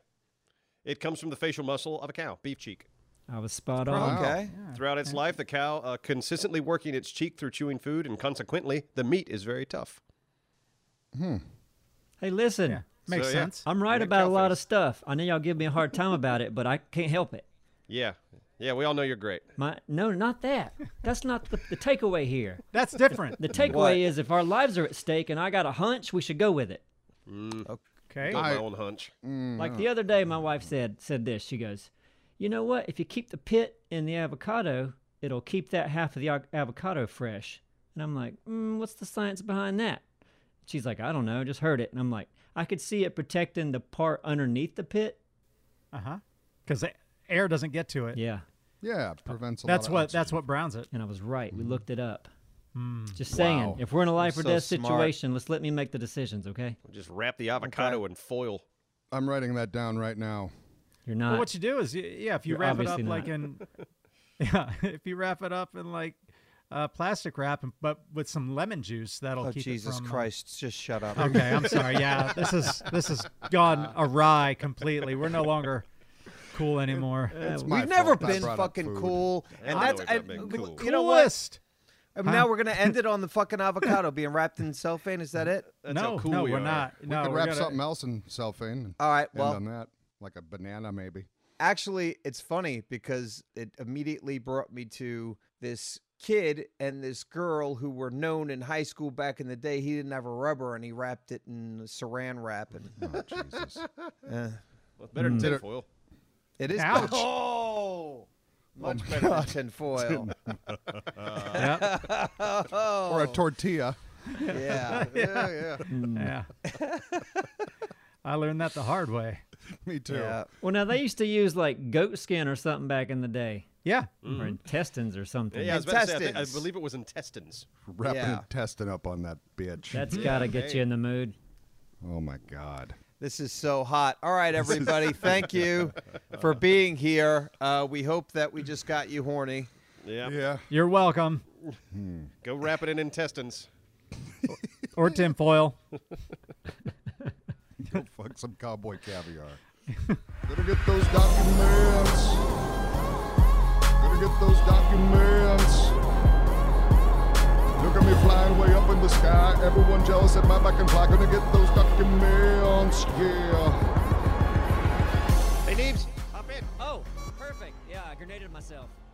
Speaker 3: it comes from the facial muscle of a cow, beef cheek.
Speaker 5: I was spot on.
Speaker 4: Oh, Wow.
Speaker 2: Okay.
Speaker 1: Ah,
Speaker 3: Throughout its life, the cow uh, consistently working its cheek through chewing food, and consequently, the meat is very tough.
Speaker 5: Hey, listen,
Speaker 1: Yeah. Makes
Speaker 3: So, yeah.
Speaker 1: sense.
Speaker 5: I'm right
Speaker 3: Yeah,
Speaker 5: about a
Speaker 3: cow
Speaker 5: lot of
Speaker 3: face.
Speaker 5: stuff. I know y'all give me a hard time about it, but I can't help it.
Speaker 3: Yeah, yeah, we all know you're great.
Speaker 5: My no, not that. That's not the, the takeaway here.
Speaker 1: That's different.
Speaker 5: The takeaway is if our lives are at stake and I got a hunch, we should go with it.
Speaker 1: Okay.
Speaker 3: Go with my
Speaker 4: I-
Speaker 3: own hunch.
Speaker 5: Like the other day, my wife said said this. She goes, "You know what? If you keep the pit in the avocado, it'll keep that half of the av- avocado fresh." And I'm like, mm, "What's the science behind that?" She's like, "I don't know. Just heard it." And I'm like, "I could see it protecting the part underneath the pit."
Speaker 1: Uh huh. Because air doesn't get to it.
Speaker 5: Yeah,
Speaker 4: Yeah, it prevents a
Speaker 1: That's
Speaker 4: lot
Speaker 1: what.
Speaker 4: of
Speaker 1: That's what browns it.
Speaker 5: and I was right. We looked it up. Just saying, if we're in a life or
Speaker 2: so
Speaker 5: death
Speaker 2: smart.
Speaker 5: situation, let's let me make the decisions, okay?
Speaker 3: We'll just wrap the avocado in foil.
Speaker 4: what I'm writing that down right now.
Speaker 5: You're not.
Speaker 1: Well, what you do is, y- yeah, if you
Speaker 5: You're
Speaker 1: wrap it up
Speaker 5: obviously
Speaker 1: like
Speaker 5: not.
Speaker 1: in, Yeah, if you wrap it up in like uh, plastic wrap, and, but with some lemon juice, that'll
Speaker 2: Oh
Speaker 1: keep it
Speaker 2: Jesus
Speaker 4: uh,
Speaker 1: from, um,
Speaker 2: Christ! Just shut up.
Speaker 1: Okay, I'm sorry. Yeah, this is this has gone awry completely. We're no longer cool anymore.
Speaker 4: It's my
Speaker 2: We've never
Speaker 4: fault I
Speaker 2: been
Speaker 4: brought up
Speaker 2: fucking
Speaker 4: food.
Speaker 2: cool,
Speaker 3: I
Speaker 2: and
Speaker 3: know
Speaker 2: that's
Speaker 3: we've
Speaker 2: I,
Speaker 3: not been
Speaker 2: w-
Speaker 3: cool.
Speaker 2: you know what?
Speaker 1: Coolest.
Speaker 2: Um, Now we're gonna end it on the fucking avocado being wrapped in cellophane. Is that it?
Speaker 3: That's
Speaker 1: no,
Speaker 3: how cool
Speaker 1: no,
Speaker 3: we
Speaker 1: are
Speaker 3: are.
Speaker 1: not.
Speaker 4: We
Speaker 1: no,
Speaker 5: Oh,
Speaker 4: could
Speaker 1: we're
Speaker 4: wrap
Speaker 1: gonna-
Speaker 4: something else in cellophane and
Speaker 2: All right.
Speaker 4: end
Speaker 2: Uh, Well,
Speaker 4: on that, like a banana maybe.
Speaker 2: actually it's funny because it immediately brought me to this kid and this girl who were known in high school back in the day he didn't have a rubber and he wrapped it in saran wrap and
Speaker 4: Oh Jesus!
Speaker 2: eh.
Speaker 3: Well, it's better than
Speaker 4: Did it-
Speaker 3: tinfoil.
Speaker 2: it is
Speaker 1: Ouch.
Speaker 2: oh much better than tinfoil
Speaker 1: Yeah,
Speaker 4: Or a
Speaker 2: Oh.
Speaker 4: tortilla.
Speaker 2: yeah
Speaker 4: yeah, yeah.
Speaker 1: yeah. I learned that the hard way.
Speaker 4: Me too.
Speaker 2: yeah
Speaker 5: Well, now they used to use like goat skin or something back in the day,
Speaker 1: Yeah,
Speaker 5: or intestines or something.
Speaker 3: Yeah, I was about to say, I, think- I
Speaker 2: Intestines.
Speaker 3: believe it was intestines.
Speaker 4: Wrapping
Speaker 2: Yeah.
Speaker 4: intestine up on that bitch.
Speaker 5: That's gotta get you in the mood.
Speaker 4: oh my god.
Speaker 2: This is so hot. All right, everybody. Thank you for being here. Uh, we hope that we just got you horny.
Speaker 3: Yeah.
Speaker 4: Yeah.
Speaker 1: you're welcome.
Speaker 3: Go wrap it in intestines.
Speaker 1: Or tinfoil.
Speaker 4: Go fuck some cowboy caviar. Gonna get those documents. Gonna get those documents. Look at me flying way up in the sky. Everyone jealous at my back and fly. Gonna get those documents. Yeah.
Speaker 3: Hey, Neebs, hop in.
Speaker 5: Oh, perfect. Yeah, I grenaded myself.